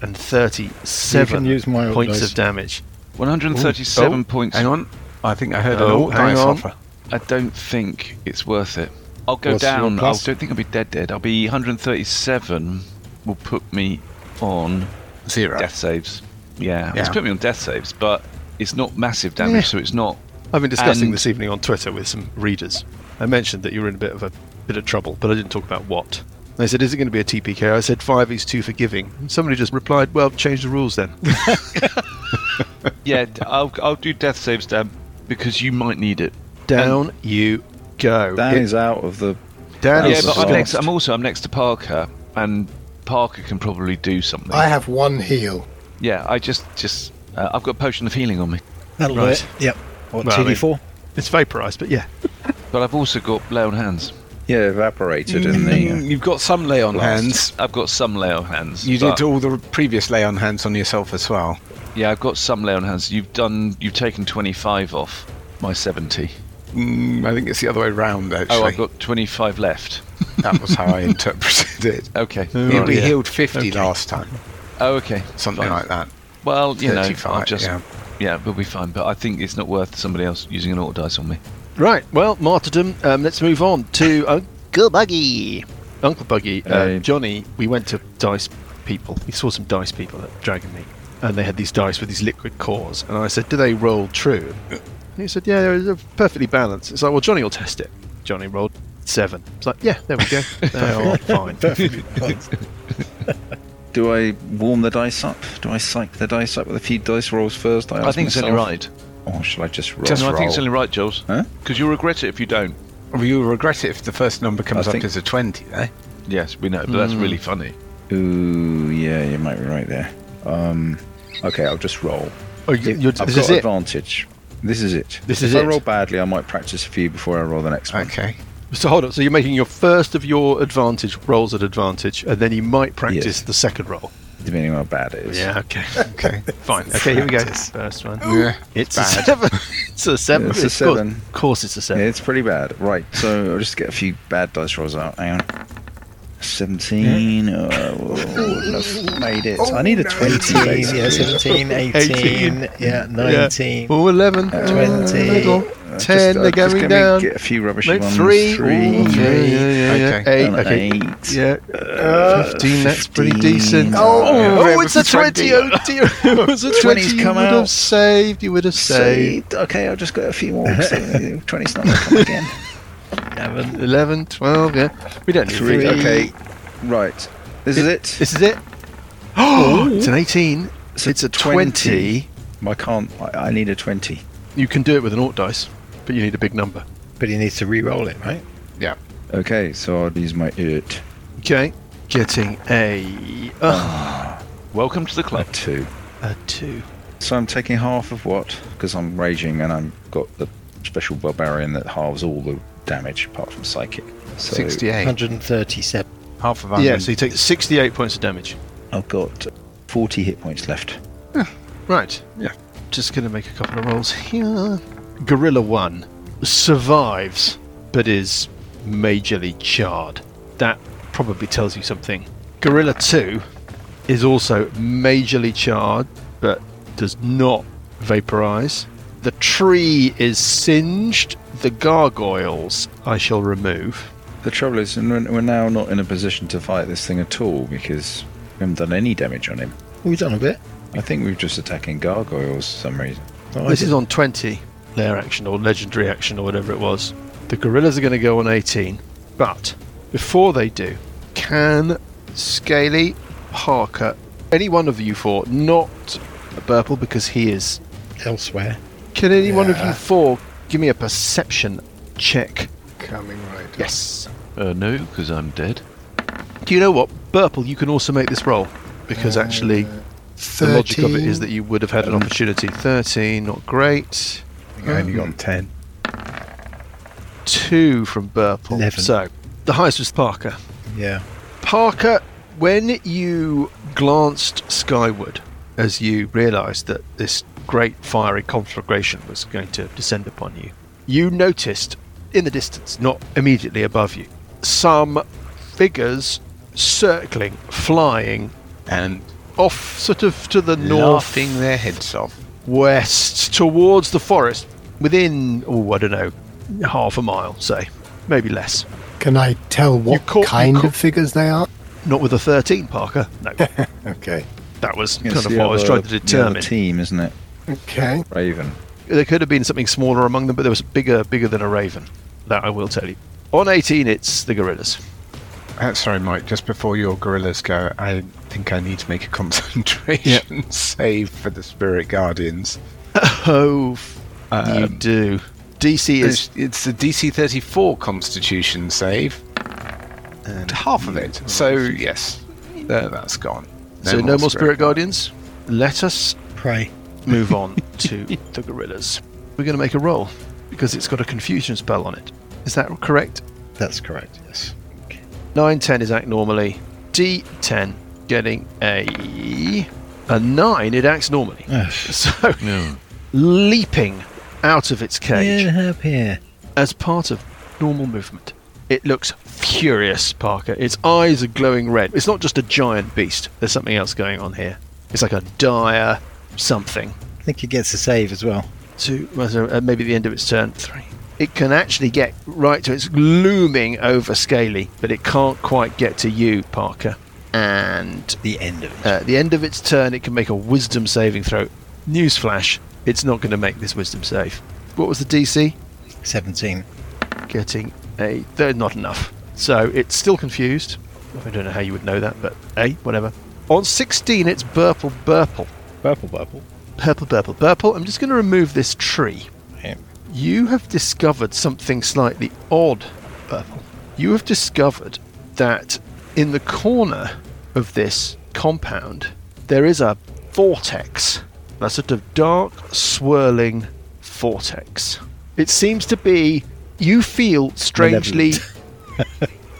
Speaker 1: 137
Speaker 3: You can use my orc
Speaker 1: points
Speaker 3: dice.
Speaker 1: of damage.
Speaker 2: 137
Speaker 1: Ooh, oh,
Speaker 2: points.
Speaker 5: Hang on. I think I heard an
Speaker 1: Oh,
Speaker 5: alt
Speaker 1: hang
Speaker 5: dice
Speaker 1: on.
Speaker 5: offer.
Speaker 2: I don't think it's worth it. I'll go
Speaker 3: What's your
Speaker 2: down. I
Speaker 3: plus?
Speaker 2: don't think I'll be dead. Dead. I'll be 137. Will put me on
Speaker 5: Zero.
Speaker 2: death saves. Yeah, it's
Speaker 5: Yeah.
Speaker 2: put me on death saves, but it's not massive damage,
Speaker 1: Yeah.
Speaker 2: so it's not.
Speaker 1: I've been discussing
Speaker 2: And-
Speaker 1: this evening on Twitter with some readers. I mentioned that you were in a bit of a bit of trouble, but I didn't talk about what. They said, "Is it going to be a TPK?" I said, five is too forgiving." And somebody just replied, "Well, change the rules then."
Speaker 2: Yeah, d- I'll, I'll do death saves, Dan, because you might need it.
Speaker 1: Down you go.
Speaker 6: Dan
Speaker 1: It-
Speaker 6: is out of the.
Speaker 1: Dan
Speaker 6: That
Speaker 2: yeah,
Speaker 1: is
Speaker 6: was
Speaker 2: but
Speaker 6: a
Speaker 2: I'm
Speaker 6: lot.
Speaker 2: next. I'm also I'm next to Parker, and Parker can probably do something.
Speaker 4: I have one heal.
Speaker 2: yeah, I just just uh, I've got potion of healing on me,
Speaker 3: That'll
Speaker 1: Right.
Speaker 3: do it. Yep. What,
Speaker 1: Well, I mean-
Speaker 3: 2d4?
Speaker 1: It's vaporized, but yeah.
Speaker 2: but I've also got lay on hands.
Speaker 6: Yeah, evaporated in
Speaker 2: Mm.
Speaker 5: Mm.
Speaker 6: the. Uh,
Speaker 7: You've got some lay on hands.
Speaker 5: Hands.
Speaker 2: I've got some lay on hands.
Speaker 5: You
Speaker 2: but-
Speaker 5: did all the previous lay on hands on yourself as well.
Speaker 2: Yeah, I've got some lay on hands. You've done. You've taken 25 off my 70.
Speaker 5: Mm, I think it's the other way round, actually.
Speaker 2: Oh, I've got 25 left.
Speaker 5: that was how I interpreted it.
Speaker 2: Okay.
Speaker 5: Yeah, we
Speaker 1: yeah.
Speaker 5: healed 50 last time,
Speaker 2: Oh, okay.
Speaker 5: something
Speaker 2: Fine.
Speaker 5: like that.
Speaker 2: Well, you know, I'll
Speaker 5: 35,
Speaker 2: just
Speaker 5: yeah.
Speaker 2: yeah. we'll be fine. But I think it's not worth somebody else using an auto dice on me.
Speaker 1: Right. Well, martyrdom. Um, let's move on to Uncle Buggy. Uncle Buggy, uh,
Speaker 6: Hey.
Speaker 1: Johnny. We went to Dice People. We saw some Dice People at Dragon Meet, and they had these dice with these liquid cores. And I said, "Do they roll true?" And he said, "Yeah, they're perfectly balanced." It's like, well, Johnny will test it. Johnny rolled seven. It's like, yeah, there we go. they are fine.
Speaker 6: do I warm the dice up? Do I psych the dice up with a few dice rolls first?
Speaker 2: I
Speaker 6: ask
Speaker 2: think it's only
Speaker 6: myself?
Speaker 2: right.
Speaker 6: Or shall I just roll?
Speaker 5: Just
Speaker 2: no, I think
Speaker 5: roll.
Speaker 2: it's only right, Jules.
Speaker 6: Huh?
Speaker 2: Because you'll regret it if you don't.
Speaker 5: Well, you'll regret it if the first number comes
Speaker 6: I
Speaker 5: up
Speaker 6: think-
Speaker 5: as a 20, eh?
Speaker 2: Yes, we know. But that's really funny.
Speaker 6: Ooh, yeah, you might be right there. Um, okay, I'll just roll.
Speaker 1: Oh, you, you're,
Speaker 6: I've
Speaker 1: this
Speaker 6: got
Speaker 1: is it.
Speaker 6: advantage. This is it.
Speaker 1: This
Speaker 6: if
Speaker 1: is
Speaker 6: I
Speaker 1: it.
Speaker 6: roll badly, I might practice a few before I roll the next one.
Speaker 5: Okay.
Speaker 1: So hold up. So you're making your first of your advantage rolls at advantage, and then you might practice
Speaker 6: Yes.
Speaker 1: the second roll.
Speaker 6: Depending on how bad it is.
Speaker 1: Okay.
Speaker 5: Okay.
Speaker 1: Fine. Okay. Here we go. First one.
Speaker 5: yeah.
Speaker 1: It's a seven. It's a seven.
Speaker 6: It's a
Speaker 1: Of course-
Speaker 6: seven.
Speaker 1: Of course, it's a
Speaker 6: Yeah,
Speaker 1: seven.
Speaker 6: it's pretty bad. Right, so I'll just get a few bad dice rolls out. Hang on. 17. Uh, wouldn't have made it.
Speaker 1: Oh,
Speaker 3: I need a 20, yeah, 17, 18,
Speaker 1: 18.
Speaker 3: yeah, 19,
Speaker 1: Oh, 11,
Speaker 3: 20.
Speaker 1: little, 10,
Speaker 6: Uh, just- uh,
Speaker 1: they're going
Speaker 6: just get me-
Speaker 1: down.
Speaker 6: Get a few rubbish
Speaker 1: No,
Speaker 6: ones.
Speaker 1: three. Ooh,
Speaker 6: Three.
Speaker 1: yeah, yeah, yeah, yeah.
Speaker 5: Okay.
Speaker 1: Eight,
Speaker 6: and an
Speaker 1: okay.
Speaker 6: eight.
Speaker 1: Yeah,
Speaker 6: Uh,
Speaker 1: 15, that's pretty
Speaker 6: 15.
Speaker 1: decent.
Speaker 4: Oh,
Speaker 1: oh,
Speaker 5: yeah, it
Speaker 1: it's
Speaker 5: was
Speaker 1: a
Speaker 5: a 20.
Speaker 1: 20. Oh, dear. It was a 20.
Speaker 6: 20's
Speaker 1: You
Speaker 6: come
Speaker 1: would
Speaker 6: out.
Speaker 1: have saved. You would have saved.
Speaker 6: Saved. Okay, I've just got a few more. 20's not going to come again.
Speaker 1: 11, 11, 12, yeah. We don't need
Speaker 6: Three.
Speaker 1: three.
Speaker 6: Okay, right. This is it.
Speaker 1: This is it. Oh, it's an 18.
Speaker 6: It's
Speaker 1: It's,
Speaker 6: a
Speaker 1: a
Speaker 6: 20.
Speaker 1: 20.
Speaker 6: I can't. I, I need a 20.
Speaker 1: You can do it with an alt dice, but you need a big number.
Speaker 3: but he needs to re-roll it, right?
Speaker 6: Okay, so I'll use my it.
Speaker 1: Okay. Getting a, oh,
Speaker 2: Welcome to the club.
Speaker 6: Two.
Speaker 1: a 2.
Speaker 6: So I'm taking half of what? Because I'm raging and I've got the special barbarian that halves all the damage apart from psychic. So
Speaker 5: 68.
Speaker 3: 137.
Speaker 5: Half of 100.
Speaker 1: Yeah, so you take 68 points of damage.
Speaker 6: I've got 40 hit points left.
Speaker 1: Right.
Speaker 5: Yeah.
Speaker 1: Just going to make a couple of rolls here. Gorilla 1 survives, but is majorly charred. That probably tells you something. Gorilla 2 is also majorly charred, but does not vaporize. The tree is singed. The gargoyles I shall remove.
Speaker 6: The trouble is, and we're we're now not in a position to fight this thing at all because we haven't done any damage on him.
Speaker 3: We've done a bit.
Speaker 6: I think we're just attacking gargoyles for some reason.
Speaker 3: Oh, I
Speaker 1: this is
Speaker 3: did.
Speaker 1: on 20 layer action or legendary action or whatever it was. The gorillas are going to go on 18, but before they do, can Scaly, Parker, any one of you four, not Burple because he is,
Speaker 3: elsewhere.
Speaker 1: can any one of
Speaker 4: Yeah.
Speaker 1: you four give me a perception check?
Speaker 4: Coming right. up.
Speaker 1: Yes.
Speaker 2: Uh, no, because I'm dead.
Speaker 1: Do you know what? Burple, you can also make this roll because actually the logic of it is
Speaker 4: 13.
Speaker 1: that you would have
Speaker 3: Uh,
Speaker 1: had an opportunity. 13, not great.
Speaker 5: I only
Speaker 3: Hmm.
Speaker 5: got 10.
Speaker 1: Two from Burple.
Speaker 3: Eleven.
Speaker 1: So the highest was Parker.
Speaker 3: Yeah.
Speaker 1: Parker, when you glanced skyward as you realised that this great fiery conflagration was going to descend upon you, you noticed in the distance, not immediately above you, some figures circling, flying
Speaker 5: And
Speaker 1: off sort of to the
Speaker 5: laughing their heads off.
Speaker 1: northwest towards the forest within, oh, I don't know, half a mile, say, maybe less.
Speaker 4: Can I tell what
Speaker 1: caught- you
Speaker 4: kind
Speaker 1: caught-
Speaker 4: of figures they are?
Speaker 1: Not with a 13, Parker. No,
Speaker 4: Okay.
Speaker 1: that was
Speaker 6: It's
Speaker 1: kind of
Speaker 6: the
Speaker 1: what I was
Speaker 6: other-
Speaker 1: trying to
Speaker 6: the other
Speaker 1: determine.
Speaker 6: team, isn't it?
Speaker 4: Okay.
Speaker 6: Raven.
Speaker 1: there could have been something smaller among them, but there was bigger, bigger than a raven. That I will tell you. On 18, it's the gorillas.
Speaker 5: Uh, sorry, Mike. Just before your gorillas go, I think I need to make a concentration save for the spirit guardians.
Speaker 1: Oh, f- you
Speaker 5: Um,
Speaker 1: do. DC is
Speaker 5: it's, it's the DC 34 Constitution save.
Speaker 1: And-
Speaker 5: half of it. So yes, there, that's gone.
Speaker 1: so no more spirit guardians. Let us
Speaker 3: Pray.
Speaker 1: move on to the gorillas. We're going to make a roll because it's got a confusion spell on it. Is that correct?
Speaker 3: That's correct, yes.
Speaker 1: 9 10 is act normally. D10 getting a a 9 it acts normally.
Speaker 3: Ugh.
Speaker 1: So
Speaker 2: No.
Speaker 1: leaping out of its cage
Speaker 3: Get up here.
Speaker 1: as part of normal movement. It looks furious, Parker. Its eyes are glowing red. It's not just a giant beast. There's something else going on here. It's like a dire something.
Speaker 3: I think it gets a save as well.
Speaker 1: Two, well, so, uh, maybe the end of its turn. Three. It can actually get right to its looming over Scaly, but it can't quite get to you, Parker. And
Speaker 3: The end of it.
Speaker 1: uh, at the end of its turn, it can make a wisdom saving throw. Newsflash, it's not going to make this wisdom save. What was the DC?
Speaker 3: 17.
Speaker 1: Getting a. They're not enough. So it's still confused. I don't know how you would know that, but hey, whatever. On 16, it's Burple Burple.
Speaker 3: Purple, purple.
Speaker 1: Purple Burple Burple. I'm just going to remove this tree.
Speaker 3: Yeah.
Speaker 1: You have discovered something slightly odd, Purple. You have discovered that in the corner of this compound, there is a vortex. A sort of dark, swirling vortex. It seems to be, you feel strangely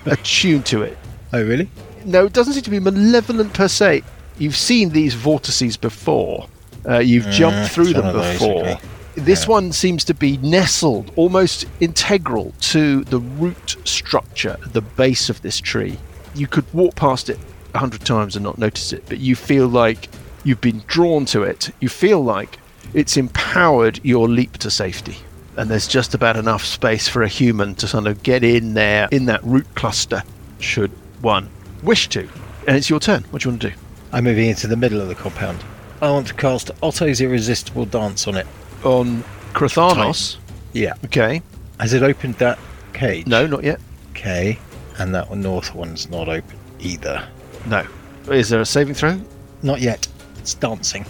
Speaker 1: attuned to it.
Speaker 3: Oh, really?
Speaker 1: No, it doesn't seem to be malevolent per se. You've seen these vortices before. Uh, you've
Speaker 3: it's
Speaker 1: jumped through
Speaker 3: one
Speaker 1: them
Speaker 3: Mm, of those,
Speaker 1: before.
Speaker 3: okay.
Speaker 1: This one seems to be nestled, almost integral to the root structure, at the base of this tree. You could walk past it a hundred times and not notice it, but you feel like you've been drawn to it. You feel like it's empowered your leap to safety. And there's just about enough space for a human to sort of get in there, in that root cluster, should one wish to. And it's your turn. What do you want to do?
Speaker 3: I'm moving into the middle of the compound. I want to cast Otto's Irresistible Dance on it.
Speaker 1: On Krathanos.
Speaker 3: Yeah.
Speaker 1: Okay.
Speaker 3: Has it opened that cage?
Speaker 1: No, not yet.
Speaker 3: Okay. And that one, north one's not open either.
Speaker 1: No. Is there a saving throw?
Speaker 3: Not yet. It's dancing.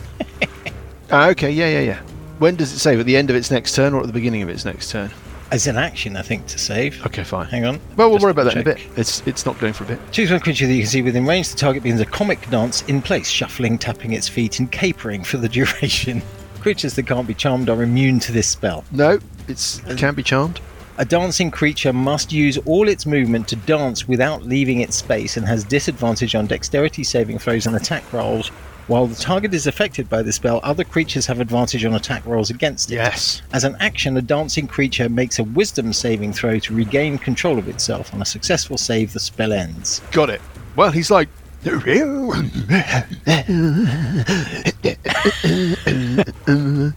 Speaker 1: Ah, okay, yeah, yeah, yeah. When does it save? At the end of its next turn or at the beginning of its next turn?
Speaker 3: As an action, I think, to save.
Speaker 1: Okay, fine.
Speaker 3: Hang on.
Speaker 1: Well, we'll
Speaker 3: Just
Speaker 1: worry about that in a
Speaker 3: check.
Speaker 1: bit. It's it's not going for a bit.
Speaker 3: Choose one creature that you can see within range. The target begins a comic dance in place, shuffling, tapping its feet, and capering for the duration. Creatures that can't be charmed are immune to this spell.
Speaker 1: No, it's it can be charmed.
Speaker 3: A dancing creature must use all its movement to dance without leaving its space and has disadvantage on dexterity saving throws and attack rolls. While the target is affected by the spell, other creatures have advantage on attack rolls against it.
Speaker 1: Yes.
Speaker 3: As an action, a dancing creature makes a wisdom saving throw to regain control of itself. On a successful save, the spell ends.
Speaker 1: Got it. Well, he's like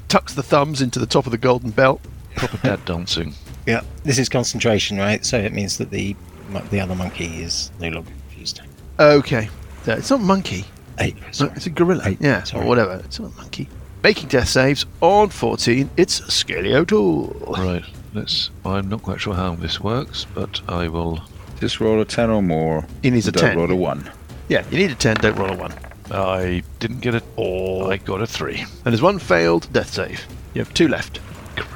Speaker 1: tucks the thumbs into the top of the golden belt.
Speaker 2: Proper dad dancing.
Speaker 3: Yeah. This is concentration, right? So it means that the mon- the other monkey is no longer confused.
Speaker 1: Okay. No, it's not monkey.
Speaker 3: Eight.
Speaker 1: No,
Speaker 3: sorry.
Speaker 1: It's a gorilla.
Speaker 3: Eight,
Speaker 1: yeah,
Speaker 3: sorry.
Speaker 1: or whatever. It's not a monkey. Making death saves on 14. It's Scaly O'Toole.
Speaker 2: Right. Let's. I'm not quite sure how this works, but I will.
Speaker 6: Just roll a 10 or more.
Speaker 1: He needs a
Speaker 6: Don't
Speaker 1: 10.
Speaker 6: Roll a 1.
Speaker 1: Yeah, you need a 10, don't roll a 1.
Speaker 2: I didn't get a. Or I got a three.
Speaker 1: And there's one failed death save. You have two left.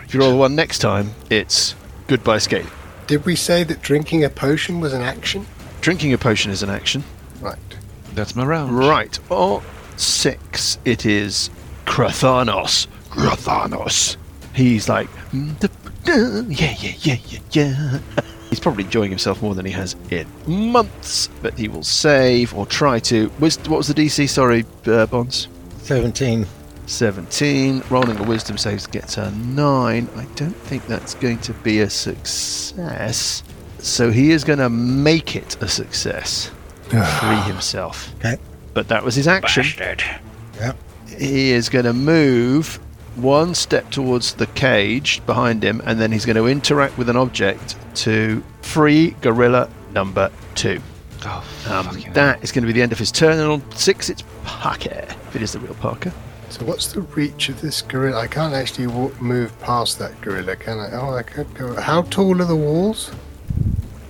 Speaker 1: If you roll the one next time, it's goodbye Scaly.
Speaker 4: Did we say that drinking a potion was an action?
Speaker 1: Drinking a potion is an action.
Speaker 4: Right.
Speaker 2: That's my round.
Speaker 1: Right. Or six, it is Krathanos. Krathanos. He's like, "Mm, da- da, yeah, yeah, yeah, yeah, yeah. He's probably enjoying himself more than he has in months, but he will save or try to. Wis- What was the DC? Sorry, uh, Bonds.
Speaker 3: 17.
Speaker 1: 17. Rolling a wisdom saves gets a 9. I don't think that's going to be a success. So he is going to make it a success. Free himself.
Speaker 3: Okay.
Speaker 1: But that was his action.
Speaker 3: Yeah.
Speaker 1: He is going to move one step towards the cage behind him, and then he's going to interact with an object to free gorilla number two.
Speaker 2: Oh,
Speaker 1: Um,
Speaker 2: fucking hell.
Speaker 1: that is going to be the end of his turn, and on six, it's Parker. If it is the real Parker.
Speaker 4: So what's the reach of this gorilla? I can't actually walk, move past that gorilla, can I? Oh, I could go. How tall are the walls?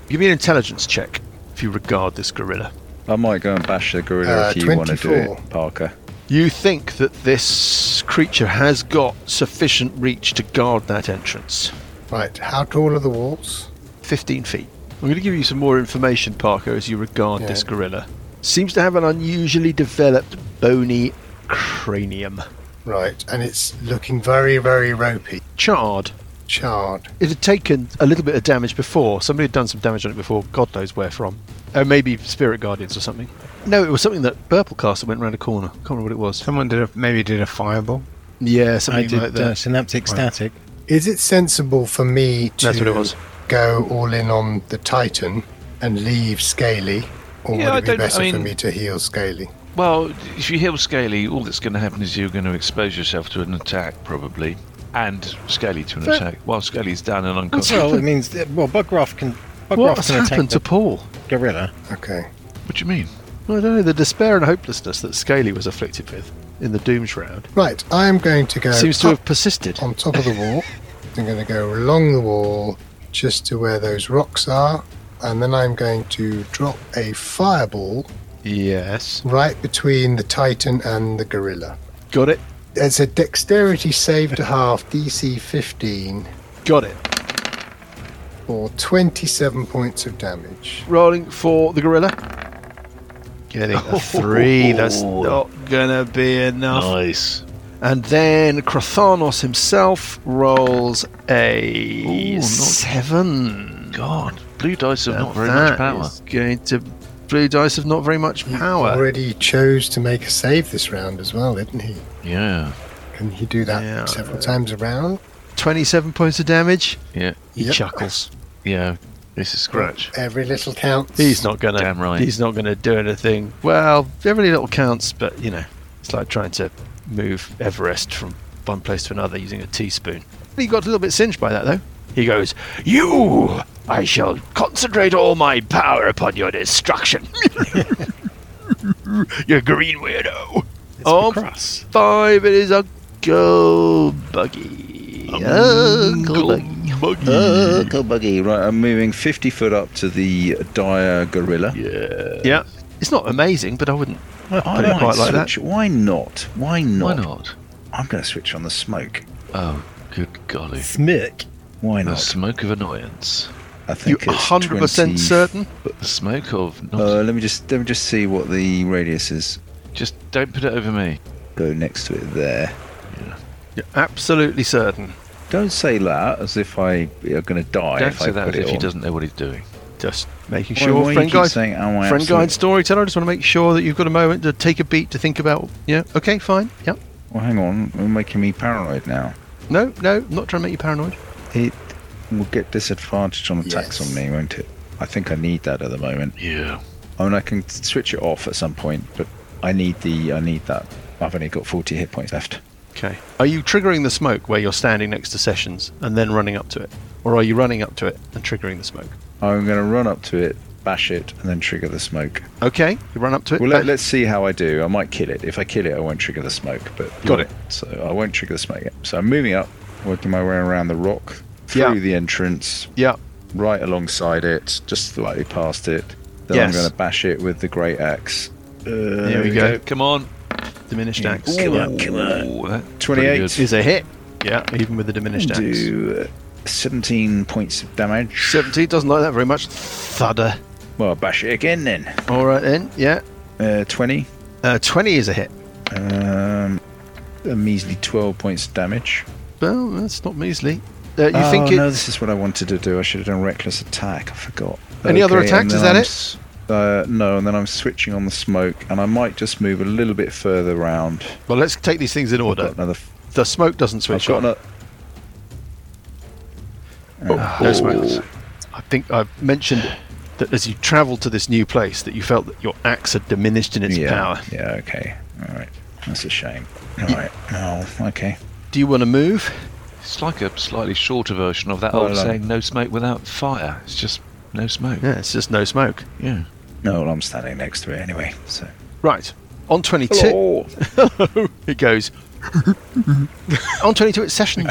Speaker 1: Give me an intelligence check. if you regard this gorilla.
Speaker 6: I might go and bash the gorilla
Speaker 4: Uh,
Speaker 6: if you want to do
Speaker 4: 24.
Speaker 6: it, Parker.
Speaker 1: You think that this creature has got sufficient reach to guard that entrance.
Speaker 4: Right, how tall are the walls?
Speaker 1: 15 feet. I'm going to give you some more information, Parker, as you regard
Speaker 4: Yeah.
Speaker 1: this gorilla. Seems to have an unusually developed bony cranium.
Speaker 4: Right, and it's looking very, very ropey,
Speaker 1: Charred.
Speaker 4: charred.
Speaker 1: It had taken a little bit of damage before. Somebody had done some damage on it before, God knows where from. Oh, maybe Spirit Guardians or something. No, it was something that Burple cast that went round a corner. can't remember what it was.
Speaker 5: Someone did a, maybe did a fireball.
Speaker 1: Yeah,
Speaker 3: I
Speaker 1: something
Speaker 3: did
Speaker 1: like
Speaker 3: uh,
Speaker 1: that.
Speaker 3: synaptic static.
Speaker 4: Is it sensible for me to
Speaker 1: That's what it was.
Speaker 4: go all in on the Titan and leave Scaly? Or
Speaker 2: Yeah, I
Speaker 4: would it
Speaker 2: don't-
Speaker 4: be
Speaker 2: I
Speaker 4: better for
Speaker 2: mean-
Speaker 4: me to heal Scaly?
Speaker 2: Well, if you heal Scaly, all that's going to happen is you're going to expose yourself to an attack, probably, and Scaly to an attack. While Scaly's down and unconscious,
Speaker 3: Well, it means that- well, Bugroff can
Speaker 1: What
Speaker 3: Bugroff
Speaker 1: has
Speaker 3: can attack
Speaker 1: happened to
Speaker 3: the
Speaker 1: Paul?
Speaker 3: gorilla.
Speaker 4: Okay.
Speaker 2: what do you mean?
Speaker 1: Well, I don't know. The despair and hopelessness that Scaly was afflicted with in the Doom Shroud
Speaker 4: Right, I am going to go
Speaker 1: seems to
Speaker 4: up
Speaker 1: have persisted.
Speaker 4: on top of the wall. I'm going to go along the wall just to where those rocks are. And then I'm going to drop a fireball
Speaker 1: Yes.
Speaker 4: right between the Titan and the Gorilla.
Speaker 1: Got it.
Speaker 4: It's a dexterity save to half, DC 15,
Speaker 1: Got it.
Speaker 4: for 27 points of damage.
Speaker 1: Rolling for the gorilla. Getting a three. That's not gonna be enough.
Speaker 2: Nice.
Speaker 1: And then Crothanos himself rolls a
Speaker 2: Ooh, not-
Speaker 1: seven.
Speaker 2: God, blue dice have
Speaker 1: Now
Speaker 2: not very
Speaker 1: that
Speaker 2: much power.
Speaker 1: is going to blue dice have not very much power.
Speaker 4: Already chose to make a save this round as well, didn't he?
Speaker 2: Yeah,
Speaker 4: Can he do that
Speaker 1: Yeah.
Speaker 4: several times a round?
Speaker 1: Twenty-seven points of damage.
Speaker 2: yeah,
Speaker 1: He
Speaker 4: Yep.
Speaker 1: chuckles.
Speaker 2: yeah. This is scratch.
Speaker 4: Every little counts.
Speaker 1: He's not gonna.
Speaker 2: Damn right.
Speaker 1: He's not gonna do anything. Well, every little counts, but you know, it's like trying to move Everest from one place to another using a teaspoon. He got a little bit singed by that, though. He goes, "You, I shall concentrate all my power upon your destruction." you green weirdo. Oh,
Speaker 3: Cross.
Speaker 1: five. It is Uncle Buggy.
Speaker 6: Mm,
Speaker 1: Uncle Buggy.
Speaker 6: Uh, Uncle Buggy. Right, I'm moving 50 foot up to the dire gorilla.
Speaker 1: Yeah. It's not amazing, but I wouldn't.
Speaker 6: I
Speaker 1: Pretty
Speaker 6: might
Speaker 1: quite like that.
Speaker 6: switch. Why not? Why not?
Speaker 2: Why not?
Speaker 6: I'm going to switch on the smoke.
Speaker 2: Oh, good golly.
Speaker 3: Smirk.
Speaker 6: Why
Speaker 2: The
Speaker 6: not?
Speaker 2: smoke of annoyance.
Speaker 6: I
Speaker 1: You
Speaker 6: think it's
Speaker 1: 100%
Speaker 6: 20
Speaker 1: certain?
Speaker 2: The smoke of not.
Speaker 6: Uh, let me just let me just see what the radius is.
Speaker 2: just don't put it over me.
Speaker 6: Go next to it there.
Speaker 1: You're absolutely certain.
Speaker 6: Don't say that as if I are going to die.
Speaker 2: Don't
Speaker 6: if I
Speaker 2: say that
Speaker 6: put
Speaker 2: as if
Speaker 6: it
Speaker 2: he
Speaker 6: on.
Speaker 2: doesn't know what he's doing.
Speaker 1: Just making
Speaker 6: Why-
Speaker 1: sure,
Speaker 6: why you
Speaker 1: friend
Speaker 6: keep
Speaker 1: guide,
Speaker 6: saying, "Am I
Speaker 1: friend
Speaker 6: absolute-"
Speaker 1: guide, storyteller. I just want to make sure that you've got a moment to take a beat to think about. Yeah. Okay. Fine. Yeah.
Speaker 6: Well, hang on, you're making me paranoid now.
Speaker 1: No. No. Not trying to make you paranoid.
Speaker 6: It will get disadvantaged on attacks
Speaker 4: Yes.
Speaker 6: on me, won't it? I think I need that at the moment.
Speaker 2: Yeah.
Speaker 6: I mean, I can switch it off at some point, but I need the I need that. I've only got 40 hit points left.
Speaker 1: Okay. Are you triggering the smoke where you're standing next to Sessions and then running up to it, or are you running up to it and triggering the smoke?
Speaker 6: I'm going to run up to it, bash it, and then trigger the smoke.
Speaker 1: Okay. You run up to it.
Speaker 6: Well, let,
Speaker 1: bash-
Speaker 6: let's see how I do. I might kill it. If I kill it, I won't trigger the smoke. But
Speaker 1: Got it.
Speaker 6: So I won't trigger the smoke yet. So I'm moving up, working my way around the rock, through
Speaker 1: Yeah.
Speaker 6: the entrance,
Speaker 1: yeah.
Speaker 6: right alongside it, just slightly past it. Then I'm
Speaker 1: Yes.
Speaker 6: going to bash it with the great axe. Uh,
Speaker 1: There, we go.
Speaker 2: Come on.
Speaker 1: Diminished
Speaker 6: Yeah.
Speaker 1: axe.
Speaker 6: Come
Speaker 1: Yeah.
Speaker 6: on, come on.
Speaker 2: Ooh, that's pretty
Speaker 6: 28.
Speaker 2: good.
Speaker 1: Is a hit. Yeah. Even with the diminished axe.
Speaker 6: Do uh, 17 points of damage.
Speaker 1: Seventeen doesn't like that very much. Thudder.
Speaker 6: Well, bash it again then.
Speaker 1: All right then. Yeah.
Speaker 6: Uh, 20.
Speaker 1: Uh, Twenty is a hit.
Speaker 6: Um, a measly 12 points of damage.
Speaker 1: Well, that's not measly. Uh, you
Speaker 6: oh,
Speaker 1: think it?
Speaker 6: no, this is what I wanted to do. I should have done reckless attack. I forgot.
Speaker 1: Any other
Speaker 6: Okay, and
Speaker 1: attacks? Is
Speaker 6: then
Speaker 1: that
Speaker 6: I'm
Speaker 1: it?
Speaker 6: s- Uh, no, and then I'm switching on the smoke, and I might just move a little bit further round.
Speaker 1: Well, let's take these things in
Speaker 6: I've
Speaker 1: order.
Speaker 6: got another. f-
Speaker 1: The smoke doesn't
Speaker 6: I've
Speaker 1: switch
Speaker 6: got
Speaker 1: on.
Speaker 6: another. Oh.
Speaker 1: no smoke. I think I mentioned that as you travelled to this new place, that you felt that your axe had diminished in its
Speaker 6: yeah.
Speaker 1: power.
Speaker 6: Yeah. Okay. All right. That's a shame. All right. Oh, okay.
Speaker 1: Do you want to move?
Speaker 2: It's like a slightly shorter version of that
Speaker 6: Well
Speaker 2: old
Speaker 6: done.
Speaker 2: saying, no smoke without fire. It's just no smoke.
Speaker 1: Yeah, it's just no smoke.
Speaker 2: Yeah.
Speaker 6: No, well, I'm standing next to it anyway. So.
Speaker 1: Right. On 22,
Speaker 6: Hello.
Speaker 1: it goes. on 22, it's session.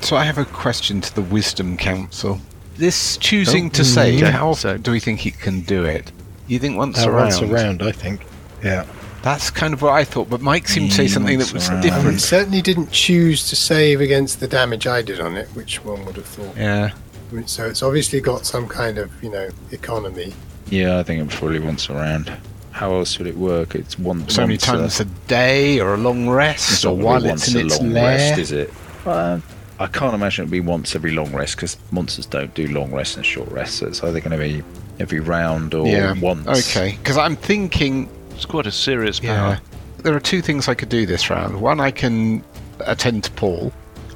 Speaker 5: So I have a question to the Wisdom Council.
Speaker 3: This choosing to save.
Speaker 1: okay.
Speaker 5: How
Speaker 1: so-
Speaker 5: do we think he can do it? You think once
Speaker 3: Uh,
Speaker 5: around?
Speaker 3: once around, I think. Yeah.
Speaker 5: That's kind of what I thought, but Mike seemed to say something
Speaker 6: Once
Speaker 5: that was
Speaker 6: around.
Speaker 4: He
Speaker 5: different.
Speaker 4: certainly didn't choose to save against the damage I did on it, which one would have thought.
Speaker 5: Yeah.
Speaker 4: I mean, So it's obviously got some kind of, you know, economy.
Speaker 6: Yeah, I think it probably once around. How else would it work? It's one.
Speaker 5: So many
Speaker 6: once
Speaker 5: times a day or a long
Speaker 6: It's
Speaker 5: rest
Speaker 6: not
Speaker 5: or
Speaker 6: gonna be
Speaker 5: while it's
Speaker 6: once
Speaker 5: in
Speaker 6: a
Speaker 5: its
Speaker 6: long
Speaker 5: lair.
Speaker 6: rest, is it? Uh, I can't imagine it'd be once every long rest because monsters don't do long rests and short rests. So it's either going to be every round or
Speaker 5: yeah.
Speaker 6: once.
Speaker 5: Okay. Because I'm thinking
Speaker 2: It's quite a serious
Speaker 5: Yeah.
Speaker 2: power.
Speaker 5: Uh, There are two things I could do this round. One, I can attend to Paul.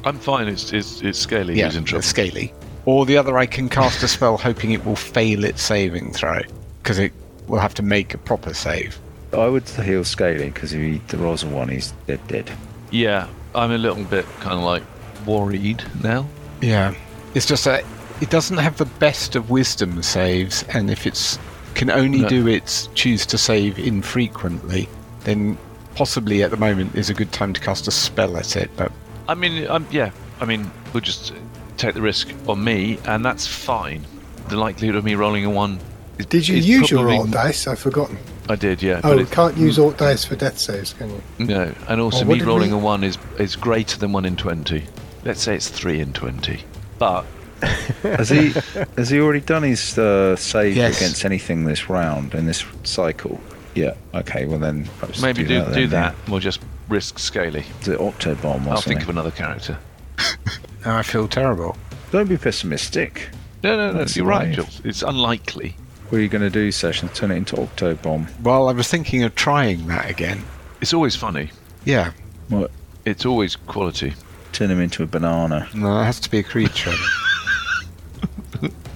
Speaker 2: I'm fine. It's it's, it's Scaly who's in trouble.
Speaker 5: Scaly. Or the other, I can cast a spell hoping it will fail its saving throw because it will have to make a proper save.
Speaker 6: I would heal scaling because if he rolls a one, he's dead. Dead.
Speaker 2: Yeah, I'm a little bit kind of like worried now.
Speaker 5: Yeah. It's just that it doesn't have the best of wisdom saves, and if it's can only
Speaker 2: No.
Speaker 5: do its choose to save infrequently, then possibly at the moment is a good time to cast a spell at it. But
Speaker 2: I mean, i yeah. I mean, we'll just take the risk on me, and that's fine. The likelihood of me rolling a one. is-
Speaker 4: Did you
Speaker 2: is
Speaker 4: use your
Speaker 2: probably-
Speaker 4: alt dice? I've forgotten.
Speaker 2: I did, yeah.
Speaker 4: Oh,
Speaker 2: but
Speaker 4: we
Speaker 2: it-
Speaker 4: can't use
Speaker 1: Hmm.
Speaker 4: alt dice for death saves, can you?
Speaker 2: No, and also
Speaker 4: Well, Oh, what
Speaker 2: me
Speaker 4: did
Speaker 2: rolling
Speaker 4: we-
Speaker 2: a one is is greater than one in twenty. Let's say it's three in twenty, but
Speaker 6: Has he? has he already done his uh, save
Speaker 5: Yes.
Speaker 6: against anything this round in this cycle? Yeah. Okay. Well then, perhaps
Speaker 2: maybe do do,
Speaker 6: then, yeah.
Speaker 2: that. We'll just risk Scaly.
Speaker 6: The Octobomb or
Speaker 2: I'll
Speaker 6: something.
Speaker 2: think of another character.
Speaker 5: now I feel terrible.
Speaker 6: Don't be pessimistic.
Speaker 2: No, no, no.
Speaker 6: That's
Speaker 2: You're right.
Speaker 6: right.
Speaker 2: Jules. It's unlikely.
Speaker 6: What are you going to do, Session? Turn it into Octobomb.
Speaker 5: Well, I was thinking of trying that again.
Speaker 2: It's always funny.
Speaker 5: Yeah.
Speaker 2: It's always quality.
Speaker 6: Turn him into a banana.
Speaker 5: No, it has to be a creature.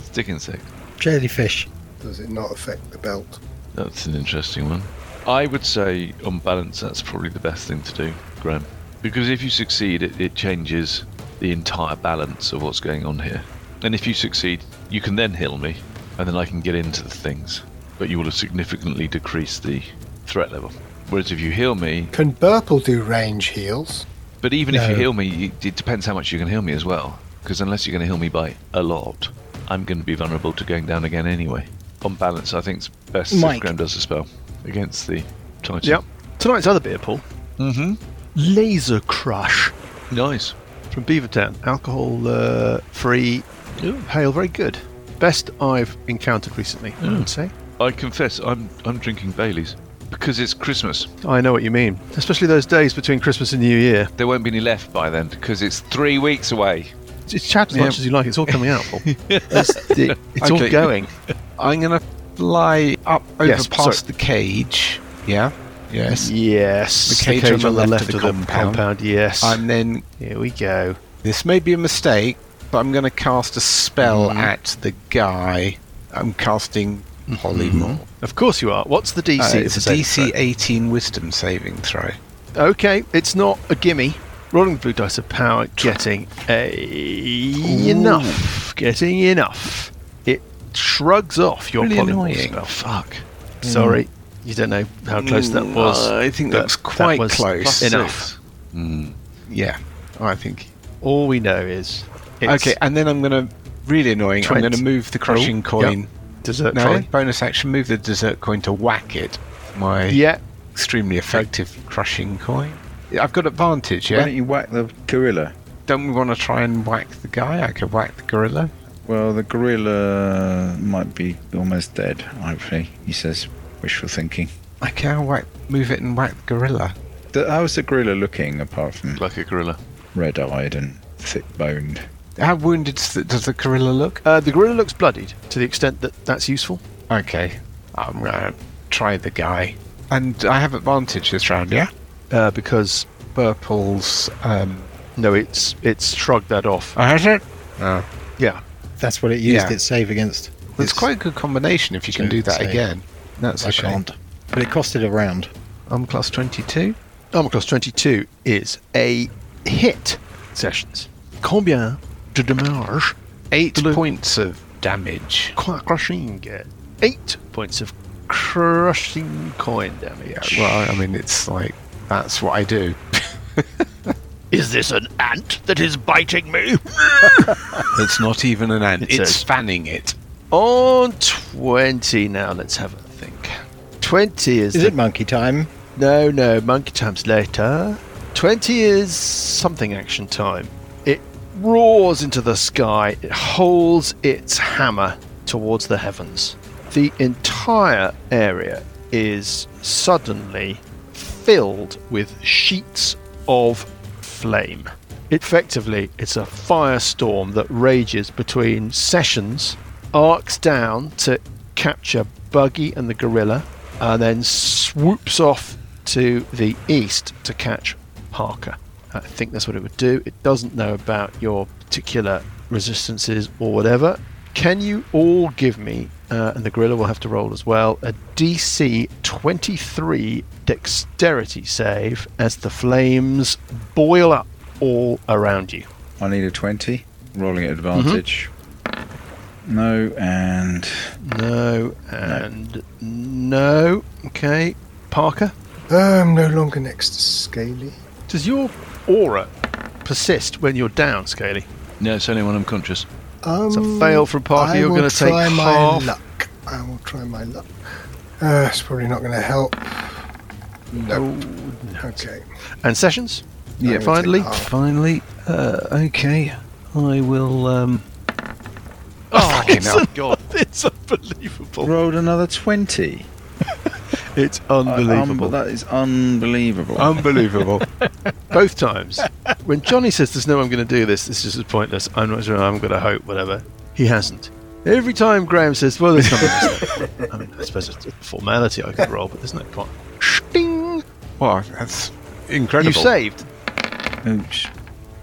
Speaker 2: Stick insect.
Speaker 3: Jellyfish.
Speaker 4: Does it not affect the belt?
Speaker 2: That's an interesting one. I would say, on balance, that's probably the best thing to do, Graham, because if you succeed, it, it changes the entire balance of what's going on here. And if you succeed, you can then heal me, and then I can get into the things. But you will have significantly decreased the threat level. Whereas if you heal me,
Speaker 4: Can Burple do range heals?
Speaker 2: but even if you
Speaker 3: No.
Speaker 2: heal me, it, it depends how much you can heal me as well. Because unless you're going to heal me by a lot, I'm going to be vulnerable to going down again anyway. On balance, I think it's best if
Speaker 3: Mike.
Speaker 2: Graham does a spell against the Titan.
Speaker 1: Yep. Tonight's other beer, Paul.
Speaker 2: Mm-hmm.
Speaker 1: Laser Crush
Speaker 2: Nice.
Speaker 1: from Beavertown. Alcohol uh, free
Speaker 2: Ooh.
Speaker 1: hail, very good. Best I've encountered recently, I would say.
Speaker 2: I confess, I'm I'm drinking Bailey's because it's Christmas.
Speaker 1: I know what you mean. Especially those days between Christmas and New Year.
Speaker 2: There won't be any left by then because it's three weeks away.
Speaker 1: It's chat as
Speaker 5: Yeah.
Speaker 1: much as you like. It's all coming out, Paul. it's it- it's all
Speaker 5: Okay.
Speaker 1: going.
Speaker 5: I'm going to fly up over
Speaker 1: Yes,
Speaker 5: past
Speaker 1: sorry.
Speaker 5: the cage. Yeah? Yes.
Speaker 1: Yes.
Speaker 5: The cage on the left of the compound.
Speaker 1: Yes.
Speaker 5: And then
Speaker 1: Here we go.
Speaker 5: this may be a mistake, but I'm going to cast a spell
Speaker 1: Mm-hmm.
Speaker 5: at the guy. I'm casting Polymorph.
Speaker 1: Of course you are. What's the DC?
Speaker 5: Uh, it's
Speaker 1: for
Speaker 5: a
Speaker 1: saving
Speaker 5: DC 18 wisdom saving throw.
Speaker 1: throw? Okay, it's not a gimme. Rolling the blue dice of power, getting a enough. Getting enough. It shrugs off your
Speaker 5: Really
Speaker 1: polymorph
Speaker 5: annoying.
Speaker 1: spell. Mm.
Speaker 2: Fuck.
Speaker 1: Sorry, you don't know how close that
Speaker 5: Mm,
Speaker 1: was.
Speaker 5: I think
Speaker 1: but
Speaker 5: that was quite
Speaker 1: was
Speaker 5: close.
Speaker 2: Plus
Speaker 1: Enough.
Speaker 2: six. Mm.
Speaker 5: Yeah, I think.
Speaker 1: All we know is it's
Speaker 5: okay, and then I'm going to. Really annoying. I'm
Speaker 1: 20.
Speaker 5: going to move the crushing
Speaker 1: Oh,
Speaker 5: coin.
Speaker 1: yeah. dessert
Speaker 5: No,
Speaker 1: trolley.
Speaker 5: bonus action. Move the dessert coin to whack it. My
Speaker 1: Yeah,
Speaker 5: extremely effective crushing coin. Yeah, I've got advantage,
Speaker 6: Why
Speaker 5: yeah?
Speaker 6: don't you whack the gorilla?
Speaker 5: Don't we want to try and whack the guy? I could whack the gorilla.
Speaker 6: Well, the gorilla might be almost dead, hopefully, he says, wishful thinking.
Speaker 5: Okay, I'll whack, move it and whack the gorilla.
Speaker 6: The, how's the gorilla looking apart from
Speaker 2: Like a gorilla.
Speaker 6: red eyed and thick boned?
Speaker 5: How wounded does the, does the gorilla look?
Speaker 1: uh, the gorilla looks bloodied to the extent that that's useful.
Speaker 5: Okay, I'm gonna try the guy. And I have advantage this round, yeah?
Speaker 1: Uh, because
Speaker 5: Purple's, um...
Speaker 1: no, it's it's shrugged that off.
Speaker 5: I had it? Oh.
Speaker 1: Yeah,
Speaker 3: That's what it used
Speaker 5: Yeah.
Speaker 3: its save against.
Speaker 5: It's quite a good combination if you can do that
Speaker 3: Save.
Speaker 5: again. That's a
Speaker 3: I
Speaker 5: shame.
Speaker 3: can't. But it costed a round.
Speaker 5: I'm class 22.
Speaker 1: armor class twenty-two is a hit. Sessions. Combien de dommage?
Speaker 5: Eight
Speaker 1: Blue.
Speaker 5: points of damage.
Speaker 1: Quite crushing. uh, Eight points of crushing coin damage.
Speaker 5: Yeah, well, I mean, it's like, that's what I do.
Speaker 1: Is this an ant that is biting me?
Speaker 5: It's not even an ant.
Speaker 1: It
Speaker 5: it's
Speaker 1: says-
Speaker 5: fanning it.
Speaker 1: On 20 now, let's have a think. 20 is.
Speaker 3: Is
Speaker 1: the-
Speaker 3: it monkey time?
Speaker 1: No, no, monkey time's later. 20 is something action time. It roars into the sky, it holds its hammer towards the heavens. The entire area is suddenly filled with sheets of flame. Effectively, it's a firestorm that rages between sessions, arcs down to capture Buggy and the gorilla, and then swoops off to the east to catch Parker. I think that's what it would do. It doesn't know about your particular resistances or whatever. Can you all give me, uh, and the gorilla will have to roll as well, a DC 23 dexterity save as the flames boil up all around you?
Speaker 6: I need a 20. Rolling at advantage. No, and
Speaker 1: No, and no. Okay, Parker,
Speaker 4: I'm no longer next to Scaly.
Speaker 1: does your aura persist when you're down, Scaly?
Speaker 2: No, it's only when I'm conscious.
Speaker 4: Um,
Speaker 1: It's a fail from Parker.
Speaker 4: I
Speaker 1: You're
Speaker 4: will
Speaker 1: going to take
Speaker 4: try my
Speaker 1: half.
Speaker 4: luck. I will try my luck. Uh, it's probably not going to help. No. Okay.
Speaker 1: And sessions?
Speaker 4: Yeah, Oh, we'll
Speaker 1: finally.
Speaker 4: take half.
Speaker 1: Finally. Uh, okay. I will. Um... Oh,
Speaker 5: Fucking
Speaker 1: it's,
Speaker 5: hell.
Speaker 1: God. it's unbelievable.
Speaker 6: rolled another 20.
Speaker 1: It's
Speaker 6: Uh, um,
Speaker 1: unbelievable.
Speaker 6: that is unbelievable.
Speaker 5: Unbelievable.
Speaker 1: Both times. when Johnny says there's no one going to do this, this is pointless. I'm not sure. I'm going to hope, whatever. He hasn't. Every time Graham says, well, there's something. I mean, I suppose it's a formality I could roll, but there's no point. Sting!
Speaker 5: well, that's incredible.
Speaker 1: You saved
Speaker 6: Ouch.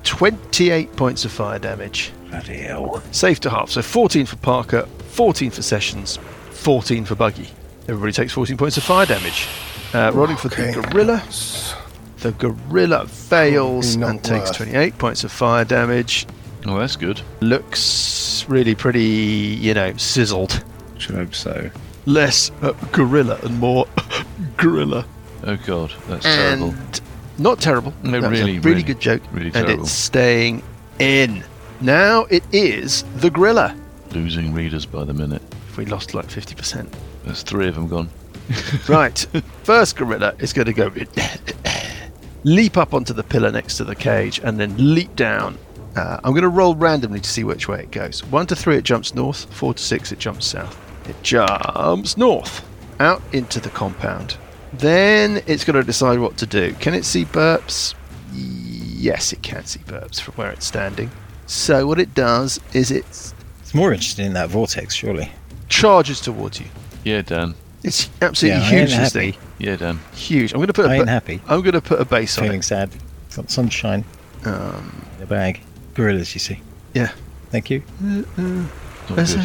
Speaker 1: 28 points of fire damage.
Speaker 6: Bloody hell.
Speaker 1: Safe to half. So 14 for Parker, 14 for Sessions, 14 for Buggy. Everybody takes 14 points of fire damage. Uh, rolling for the
Speaker 4: Okay.
Speaker 1: gorilla. The gorilla fails
Speaker 4: Probably not
Speaker 1: and takes
Speaker 4: worth.
Speaker 1: 28 points of fire damage.
Speaker 2: Oh, that's good.
Speaker 1: Looks really pretty, you know, sizzled.
Speaker 6: Should hope so.
Speaker 1: Less uh, gorilla and more gorilla.
Speaker 2: Oh god, that's
Speaker 1: And
Speaker 2: terrible.
Speaker 1: not terrible.
Speaker 2: No,
Speaker 1: That was a
Speaker 2: really,
Speaker 1: really,
Speaker 2: really,
Speaker 1: good joke.
Speaker 2: really
Speaker 1: and
Speaker 2: terrible.
Speaker 1: it's staying in. Now it is the gorilla.
Speaker 2: Losing readers by the minute.
Speaker 1: We lost like 50%.
Speaker 2: There's three of them gone.
Speaker 1: Right. First gorilla is going to go leap up onto the pillar next to the cage and then leap down. Uh, I'm going to roll randomly to see which way it goes. One to three, it jumps north. Four to six, it jumps south. It jumps north out into the compound. Then it's going to decide what to do. Can it see burps? Yes, it can see burps from where it's standing. So what it does is it
Speaker 3: It's more interested in that vortex, surely.
Speaker 1: charges towards you.
Speaker 2: Yeah, Dan.
Speaker 1: It's absolutely
Speaker 3: Yeah, I ain't
Speaker 1: huge. This
Speaker 3: happy.
Speaker 1: thing,
Speaker 2: Yeah, Dan.
Speaker 1: huge. I'm going to put. a
Speaker 3: I ain't
Speaker 1: bu-
Speaker 3: happy.
Speaker 1: I'm going to put a base on it.
Speaker 3: Feeling sad. It's got sunshine
Speaker 2: Ah,
Speaker 1: Um,
Speaker 3: in the bag. Gorillas, you see.
Speaker 1: Yeah.
Speaker 3: Thank you.
Speaker 2: It's not good. It's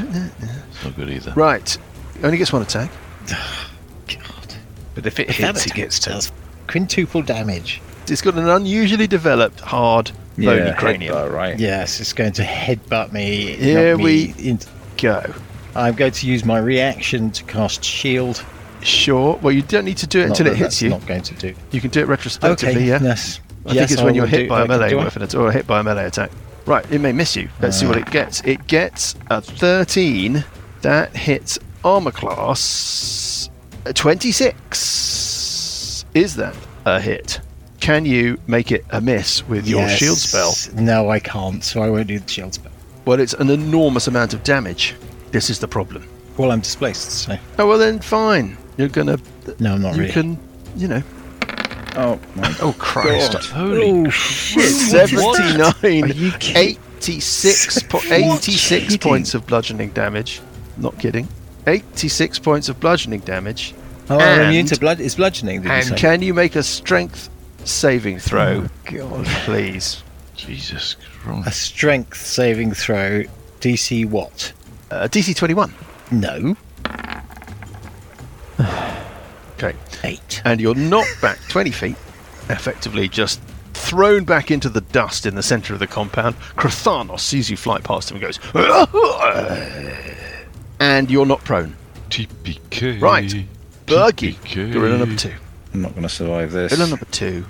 Speaker 2: not good either.
Speaker 1: right. It only gets one attack.
Speaker 3: God.
Speaker 5: But if it hits, it gets to.
Speaker 3: quintuple damage.
Speaker 1: It's got an unusually developed hard bony
Speaker 6: Yeah,
Speaker 1: cranium.
Speaker 6: headbutt, right.
Speaker 3: Yes, it's going to headbutt me.
Speaker 1: Here
Speaker 3: knock me in-
Speaker 1: Go.
Speaker 3: I'm going to use my reaction to cast shield.
Speaker 1: Sure. Well, you don't need to do it
Speaker 3: Not
Speaker 1: until
Speaker 3: that
Speaker 1: it
Speaker 3: that's
Speaker 1: hits you.
Speaker 3: Not going to do.
Speaker 1: You can do it retrospectively, yeah?
Speaker 3: Yes.
Speaker 1: I think it's when you're hit by a melee weapon at- or hit by a melee attack. Right, it may miss you. Let's see what
Speaker 3: Ah.
Speaker 1: it gets. It gets a 13. That hits armor class a 26. Is that a hit? Can you make it a miss with your shield spell?
Speaker 3: No, I can't. So I won't do the shield spell.
Speaker 1: Well, it's an enormous amount of damage. This is the problem.
Speaker 3: Well, I'm displaced, so
Speaker 1: Oh well, then fine. You're gonna.
Speaker 3: no, I'm not
Speaker 1: you
Speaker 3: really.
Speaker 1: can, you know,
Speaker 6: Oh, my
Speaker 5: Oh, Christ.
Speaker 2: Holy
Speaker 1: seventy-nine,
Speaker 6: Are you kidding?
Speaker 1: eighty-six, po-
Speaker 6: What?
Speaker 1: eighty-six
Speaker 6: Kidding.
Speaker 1: points of bludgeoning damage. Not kidding. Eighty-six points of bludgeoning damage.
Speaker 3: Oh, I'm immune
Speaker 1: And-
Speaker 3: to blood. It's bludgeoning. Did you
Speaker 1: And
Speaker 3: say?
Speaker 1: can you make a strength saving
Speaker 6: Oh,
Speaker 1: throw, please?
Speaker 2: Jesus
Speaker 3: a
Speaker 2: Christ.
Speaker 3: strength saving throw, DC what?
Speaker 1: Uh, DC twenty-one.
Speaker 3: No,
Speaker 1: Okay.
Speaker 3: eight.
Speaker 1: and you're knocked back 20 feet, effectively just thrown back into the dust in the centre of the compound. Krathanos sees you fly past him and goes, and you're not prone.
Speaker 2: TPK.
Speaker 1: Right. Buggy,
Speaker 2: TPK.
Speaker 1: gorilla number two.
Speaker 6: I'm not going to survive this.
Speaker 1: Gorilla number two.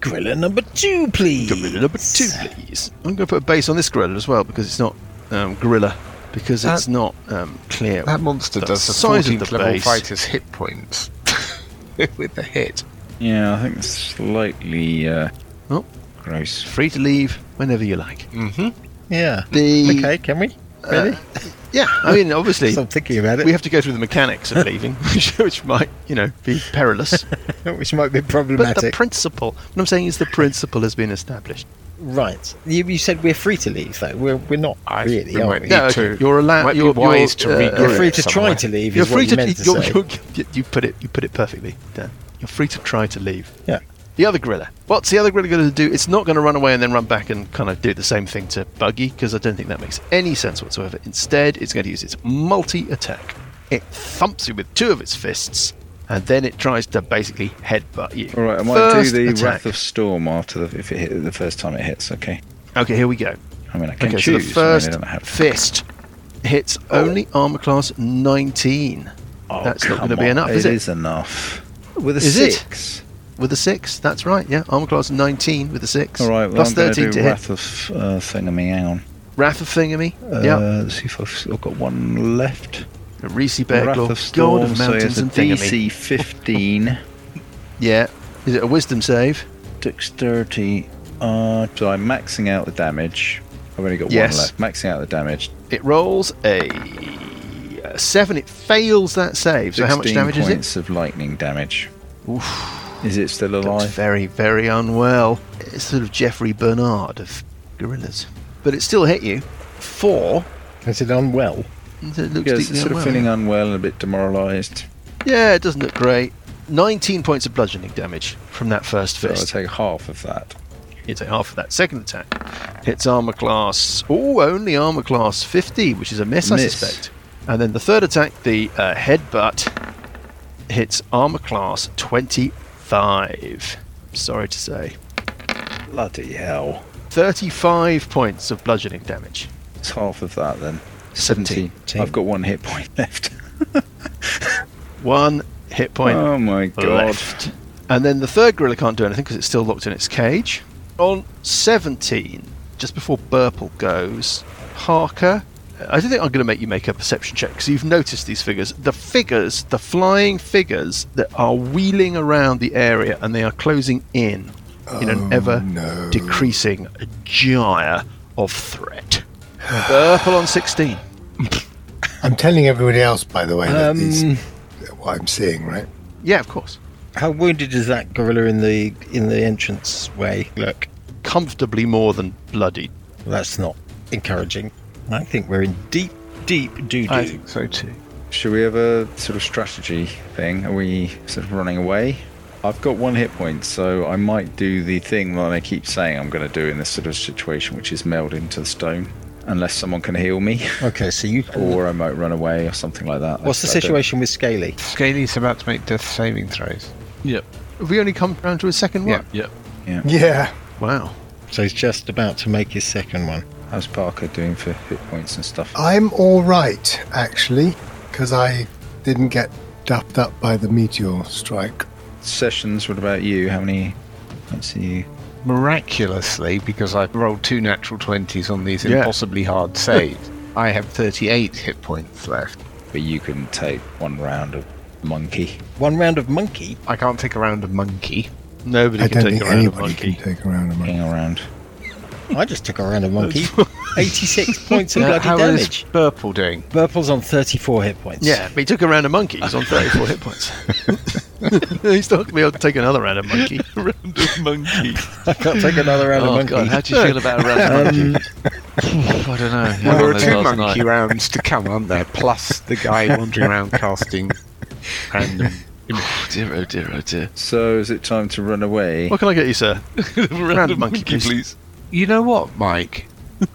Speaker 3: Gorilla number two, please.
Speaker 1: Gorilla number two, please. I'm going to put a base on this gorilla as well because it's not um, gorilla because it's
Speaker 5: That-
Speaker 1: not um, clear.
Speaker 5: That monster
Speaker 1: The
Speaker 5: does the
Speaker 1: size of
Speaker 5: 14th
Speaker 1: the
Speaker 5: level
Speaker 1: base.
Speaker 5: fighter's hit points with the hit.
Speaker 6: Yeah, I think it's slightly uh,
Speaker 1: Oh.
Speaker 6: gross.
Speaker 1: Free to leave whenever you like.
Speaker 5: Mm-hmm.
Speaker 3: Yeah.
Speaker 1: The uh,
Speaker 3: Okay, can we? Really?
Speaker 1: yeah, I mean obviously
Speaker 3: Because I'm thinking about it,
Speaker 1: we have to go through the mechanics of leaving, which, which might you know be perilous.
Speaker 3: which might be
Speaker 1: but the
Speaker 3: problematic.
Speaker 1: principle, what I'm saying is the principle has been established.
Speaker 3: right. You, you said we're free to leave, though. We're, we're not
Speaker 5: I think
Speaker 3: really,
Speaker 5: we
Speaker 3: are
Speaker 5: might
Speaker 3: we?
Speaker 5: need
Speaker 1: No, okay,
Speaker 5: to.
Speaker 1: you're allowed-
Speaker 5: Might
Speaker 1: you're-
Speaker 5: be wise
Speaker 1: you're,
Speaker 5: to
Speaker 1: uh,
Speaker 5: regroup
Speaker 3: You're free to try
Speaker 5: somewhere.
Speaker 3: to leave. Is
Speaker 1: You're free
Speaker 3: what you
Speaker 1: to,
Speaker 3: meant to
Speaker 1: you're,
Speaker 3: say.
Speaker 1: you're, you you put it you put it perfectly, Dan. You're free to try to leave.
Speaker 3: Yeah.
Speaker 1: The other gorilla. What's the other gorilla going to do? It's not going to run away and then run back and kind of do the same thing to Buggy because I don't think that makes any sense whatsoever. Instead, it's going to use its multi attack. It thumps you with two of its fists and then it tries to basically headbutt you.
Speaker 6: All right, I might
Speaker 1: First
Speaker 6: do the
Speaker 1: attack.
Speaker 6: Wrath of Storm after the, if it hit the first time it hits. Okay,
Speaker 1: Okay, here we go.
Speaker 6: I mean I can
Speaker 1: Okay, so the
Speaker 6: choose. I
Speaker 1: first
Speaker 6: mean, I don't have
Speaker 1: fist hits only armor class 19
Speaker 6: Oh,
Speaker 1: That's not
Speaker 6: come
Speaker 1: gonna be
Speaker 6: on,
Speaker 1: enough, is it?
Speaker 6: It is enough. With a
Speaker 1: Is it?
Speaker 6: six.
Speaker 1: with a 6. That's right, yeah. Armor class 19 with a 6.
Speaker 6: All right, well,
Speaker 1: Plus
Speaker 6: I'm going
Speaker 1: 13
Speaker 6: to do
Speaker 1: to hit.
Speaker 6: Wrath of uh, Thingamy. Hang on.
Speaker 1: Wrath of Thingamy.
Speaker 6: Uh,
Speaker 1: yeah.
Speaker 6: Let's see if I've still got one left.
Speaker 1: Reese Bear
Speaker 6: Wrath
Speaker 1: Claw,
Speaker 6: of Storm.
Speaker 1: God of Mountains
Speaker 6: so
Speaker 1: and
Speaker 6: it's a
Speaker 1: Thingamy.
Speaker 6: DC 15.
Speaker 1: Yeah. Is it a wisdom save?
Speaker 6: Dexterity. Uh, so I'm maxing out the damage. I've only got
Speaker 1: Yes.
Speaker 6: one left. Maxing out the damage.
Speaker 1: It rolls a, a 7. It fails that save. So how much
Speaker 6: 16
Speaker 1: damage is it?
Speaker 6: points of lightning damage. Is it still
Speaker 1: Looks
Speaker 6: alive?
Speaker 1: very, very unwell. It's sort of Jeffrey Bernard of gorillas. But it still hit you. 4.
Speaker 3: Is it unwell?
Speaker 1: It looks
Speaker 6: Yes,
Speaker 1: deeply
Speaker 6: it's sort of
Speaker 1: unwell.
Speaker 6: feeling unwell and a bit demoralised.
Speaker 1: Yeah, it doesn't look great. 19 points of bludgeoning damage from that first
Speaker 6: So I'll
Speaker 1: fist.
Speaker 6: take half of that.
Speaker 1: You take half of that. Second attack hits armor class. Oh, only armor class 50, which is a miss, I
Speaker 6: Miss.
Speaker 1: suspect. And then the third attack, the uh, headbutt, hits armor class 25. Sorry to say.
Speaker 6: Bloody hell.
Speaker 1: 35 points of bludgeoning damage.
Speaker 6: It's half of that then.
Speaker 1: 17.
Speaker 6: I've got one hit point left.
Speaker 1: One hit point
Speaker 6: Oh my god.
Speaker 1: left. And then the third gorilla can't do anything because it's still locked in its cage. On 17, just before Burple goes, Harker. I don't think I'm going to make you make a perception check because you've noticed these figures. The figures, the flying figures that are wheeling around the area and they are closing in in an ever
Speaker 4: no.
Speaker 1: decreasing gyre of threat. Burple on 16.
Speaker 4: I'm telling everybody else, by the way, that these,
Speaker 3: Um,
Speaker 4: what I'm seeing, right?
Speaker 1: Yeah, of course.
Speaker 3: how wounded is that gorilla in the in the entrance way? Look,
Speaker 1: Comfortably more than bloody.
Speaker 3: that's not encouraging. I think we're in deep, deep doo
Speaker 1: I
Speaker 3: doo.
Speaker 1: think
Speaker 5: So too.
Speaker 6: Should we have a sort of strategy thing? Are we sort of running away? I've got one hit point, so I might do the thing that I keep saying I'm going to do in this sort of situation, which is meld into the stone, unless someone can heal me,
Speaker 3: Okay, so you.
Speaker 6: or I might run away or something like uh, that.
Speaker 3: What's the
Speaker 6: I- I don't-
Speaker 3: situation with Scaly?
Speaker 5: Scaly's about to make death saving throws.
Speaker 2: Yep.
Speaker 1: Have we only come round to a second one?
Speaker 2: Yep.
Speaker 4: Yeah.
Speaker 1: Wow.
Speaker 3: So he's just about to make his second one.
Speaker 6: How's Parker doing for hit points and stuff?
Speaker 4: I'm all right, actually, because I didn't get duffed up by the meteor strike.
Speaker 6: Sessions. What about you? How many? Let's see.
Speaker 5: Miraculously, because I've rolled two natural 20s on these
Speaker 1: Yeah.
Speaker 5: impossibly hard saves, I have 38 hit points left.
Speaker 6: But you couldn't take one round of monkey.
Speaker 3: One round of monkey.
Speaker 5: I can't take a round of monkey.
Speaker 1: Nobody
Speaker 4: I
Speaker 1: can take
Speaker 4: don't think
Speaker 1: around a
Speaker 4: anybody
Speaker 1: monkey.
Speaker 4: can take around a monkey.
Speaker 6: Hang around.
Speaker 3: I just took a round of monkey. Eighty-six points of
Speaker 5: Now,
Speaker 3: bloody
Speaker 5: Uh, How is
Speaker 3: damage.
Speaker 5: Purple doing?
Speaker 3: Burple's on thirty-four hit points.
Speaker 1: Yeah, but he took a round of monkey. He's on 34 hit points. He's not going to be able to take another round of monkey.
Speaker 2: Round of monkey.
Speaker 3: I can't take another round of
Speaker 2: oh,
Speaker 3: monkey.
Speaker 2: God. How do you feel about a round of monkey?
Speaker 3: um,
Speaker 2: I don't know.
Speaker 5: Well,
Speaker 2: Had
Speaker 5: there
Speaker 2: one
Speaker 5: are
Speaker 2: of those
Speaker 5: two
Speaker 2: last
Speaker 5: monkey
Speaker 2: night.
Speaker 5: rounds to come, aren't there? Plus the guy wandering around casting random.
Speaker 2: Oh, dear, oh, dear, oh, dear.
Speaker 6: So is it time to run away?
Speaker 1: What can I get you, sir?
Speaker 2: round
Speaker 1: monkey,
Speaker 2: of monkey,
Speaker 1: please.
Speaker 2: please.
Speaker 5: You know what, Mike?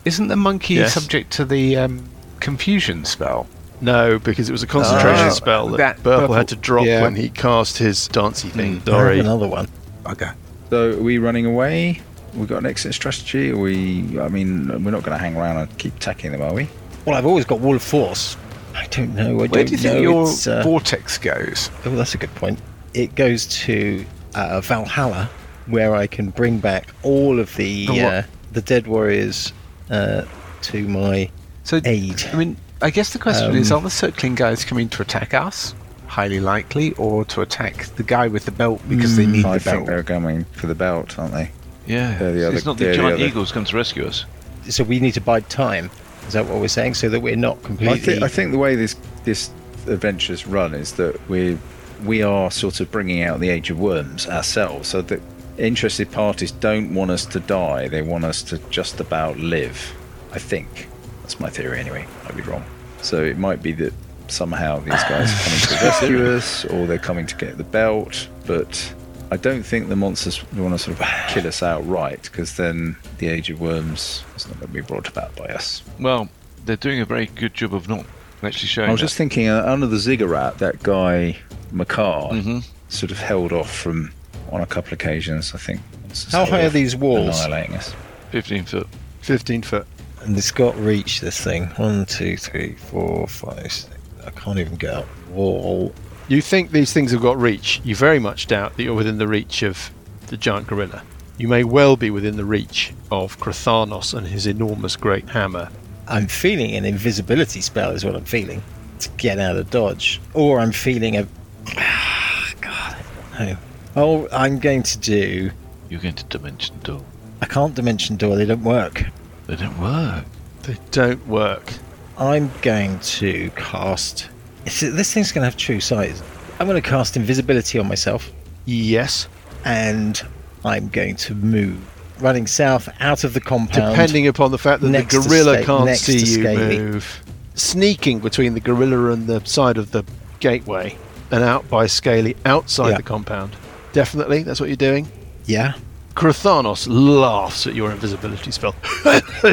Speaker 5: Isn't the monkey
Speaker 1: Yes.
Speaker 5: subject to the um, confusion spell?
Speaker 1: No, because it was a concentration
Speaker 4: Ah,
Speaker 5: Oh,
Speaker 1: spell that,
Speaker 5: that
Speaker 1: Burple
Speaker 5: purple-
Speaker 1: had to drop
Speaker 5: yeah.
Speaker 1: when he cast his dancey
Speaker 4: Mm.
Speaker 1: thing.
Speaker 3: I have
Speaker 1: Sorry.
Speaker 3: another one.
Speaker 5: Okay.
Speaker 6: So are we running away? We got an exit strategy? Are we? I mean, we're not going to hang around and keep attacking them, are we?
Speaker 3: Well, I've always got wall of force. I don't know. I
Speaker 5: Where
Speaker 3: don't
Speaker 5: do you think
Speaker 3: know.
Speaker 5: your
Speaker 3: It's, uh,
Speaker 5: vortex goes?
Speaker 3: oh, that's a good point. It goes to uh, Valhalla, where I can bring back all of the
Speaker 5: The what?
Speaker 3: uh, the dead warriors uh, to my
Speaker 5: So,
Speaker 3: aid.
Speaker 5: I mean, I guess the question is:
Speaker 3: Um,
Speaker 5: Are the circling guys coming to attack us? Highly likely, or to attack the guy with the belt because they need
Speaker 6: mm, I
Speaker 5: the belt.
Speaker 6: think they're going for the belt, aren't they?
Speaker 2: Yeah,
Speaker 6: They're the
Speaker 2: it's
Speaker 6: other-
Speaker 2: not the
Speaker 6: they're the
Speaker 2: giant
Speaker 6: other-
Speaker 2: eagles come to rescue us.
Speaker 3: So we need to bide time. Is that what we're saying? So that we're not
Speaker 6: I,
Speaker 3: completely.
Speaker 6: thi- I think the way this this adventure's run is that we we are sort of bringing out the age of worms ourselves, so that interested parties don't want us to die; they want us to just about live. I think that's my theory. Anyway, I'd be wrong. So it might be that somehow these guys are coming to rescue us, or they're coming to get the belt, but. I don't think the monsters want to sort of kill us outright, because then the Age of Worms is not going to be brought about by us.
Speaker 2: Well, they're doing a very good job of not actually showing.
Speaker 6: I was just thinking, uh, under the ziggurat, that guy Makar
Speaker 2: Mhm.
Speaker 6: sort of held off from on a couple occasions. I think. It's
Speaker 3: How
Speaker 6: sort
Speaker 3: high are
Speaker 6: of
Speaker 3: these walls?
Speaker 6: Annihilating us.
Speaker 2: that. fifteen foot.
Speaker 1: 15 foot.
Speaker 3: And it's got reach, this thing. One, two, three, four, five, six. I can't even get up the wall.
Speaker 1: You think these things have got reach. You very much doubt that you're within the reach of the giant gorilla. You may well be within the reach of Krathanos and his enormous great hammer.
Speaker 3: I'm feeling an invisibility spell, is what I'm feeling, to get out of dodge. Or I'm feeling a. God, I don't know. Oh, I'm going to do.
Speaker 2: You're going to dimension door.
Speaker 3: I can't dimension door, they don't work.
Speaker 2: They don't work.
Speaker 1: They don't work.
Speaker 3: I'm going to cast. Is it- This thing's going to have true sight. isn't it? I'm going to cast invisibility on myself,
Speaker 1: Yes.
Speaker 3: and I'm going to move running south out of the compound.
Speaker 1: Depending upon the fact that the
Speaker 3: Next to
Speaker 1: gorilla
Speaker 3: sca-
Speaker 1: can't
Speaker 3: next
Speaker 1: see
Speaker 3: to
Speaker 1: you
Speaker 3: scaly.
Speaker 1: move. Sneaking between the gorilla and the side of the gateway and out by Scaly outside
Speaker 3: Yeah.
Speaker 1: the compound. Definitely, that's what you're doing.
Speaker 3: Yeah.
Speaker 1: Krathanos laughs at your invisibility spell.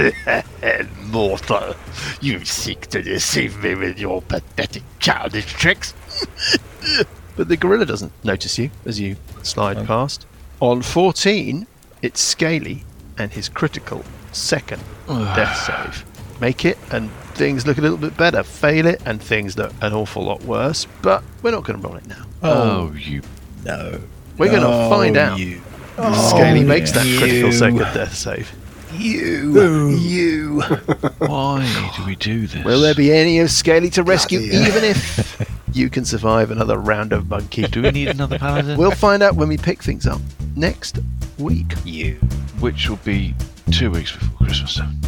Speaker 8: Mortal, you seek to deceive me with your pathetic childish tricks.
Speaker 1: But the gorilla doesn't notice you as you slide past. On 14, it's Scaly and his critical second death save. Make it, and things look a little bit better. Fail it, and things look an awful lot worse. But we're not going to roll it now.
Speaker 2: Oh, you!
Speaker 3: No.
Speaker 1: We're going to find out.
Speaker 3: You.
Speaker 4: Oh.
Speaker 1: Scaly makes that critical
Speaker 3: Oh, you.
Speaker 1: second death save.
Speaker 3: You. You.
Speaker 2: Why do we do this?
Speaker 1: Will there be any of Scaly to rescue,
Speaker 4: Bloody hell.
Speaker 1: even if you can survive another round of monkey?
Speaker 2: Do we need another paladin?
Speaker 1: We'll find out when we pick things up next week.
Speaker 3: You.
Speaker 2: Which will be two weeks before Christmas. Time.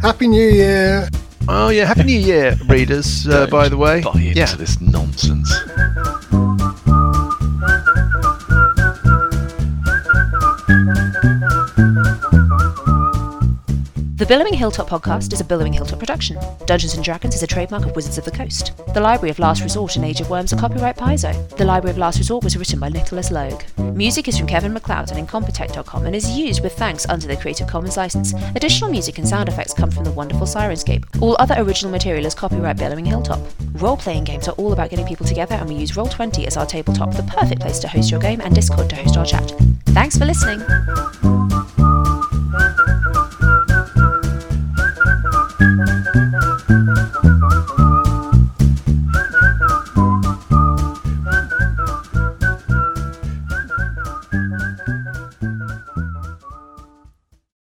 Speaker 4: Happy New Year!
Speaker 1: Oh yeah, happy New Year, readers. Uh,
Speaker 2: Don't
Speaker 1: by the way,
Speaker 2: buy into
Speaker 1: yeah,
Speaker 2: this nonsense.
Speaker 9: The Billowing Hilltop podcast is a Billowing Hilltop production. Dungeons and Dragons is a trademark of Wizards of the Coast. The Library of Last Resort and Age of Worms are copyright Paizo. The Library of Last Resort was written by Nicholas Logue. Music is from Kevin McLeod and Incompetech.com and is used with thanks under the Creative Commons license. Additional music and sound effects come from the wonderful Sirenscape. All other original material is copyright Billowing Hilltop. Role playing games are all about getting people together, and we use Roll20 as our tabletop, the perfect place to host your game, and Discord to host our chat. Thanks for listening!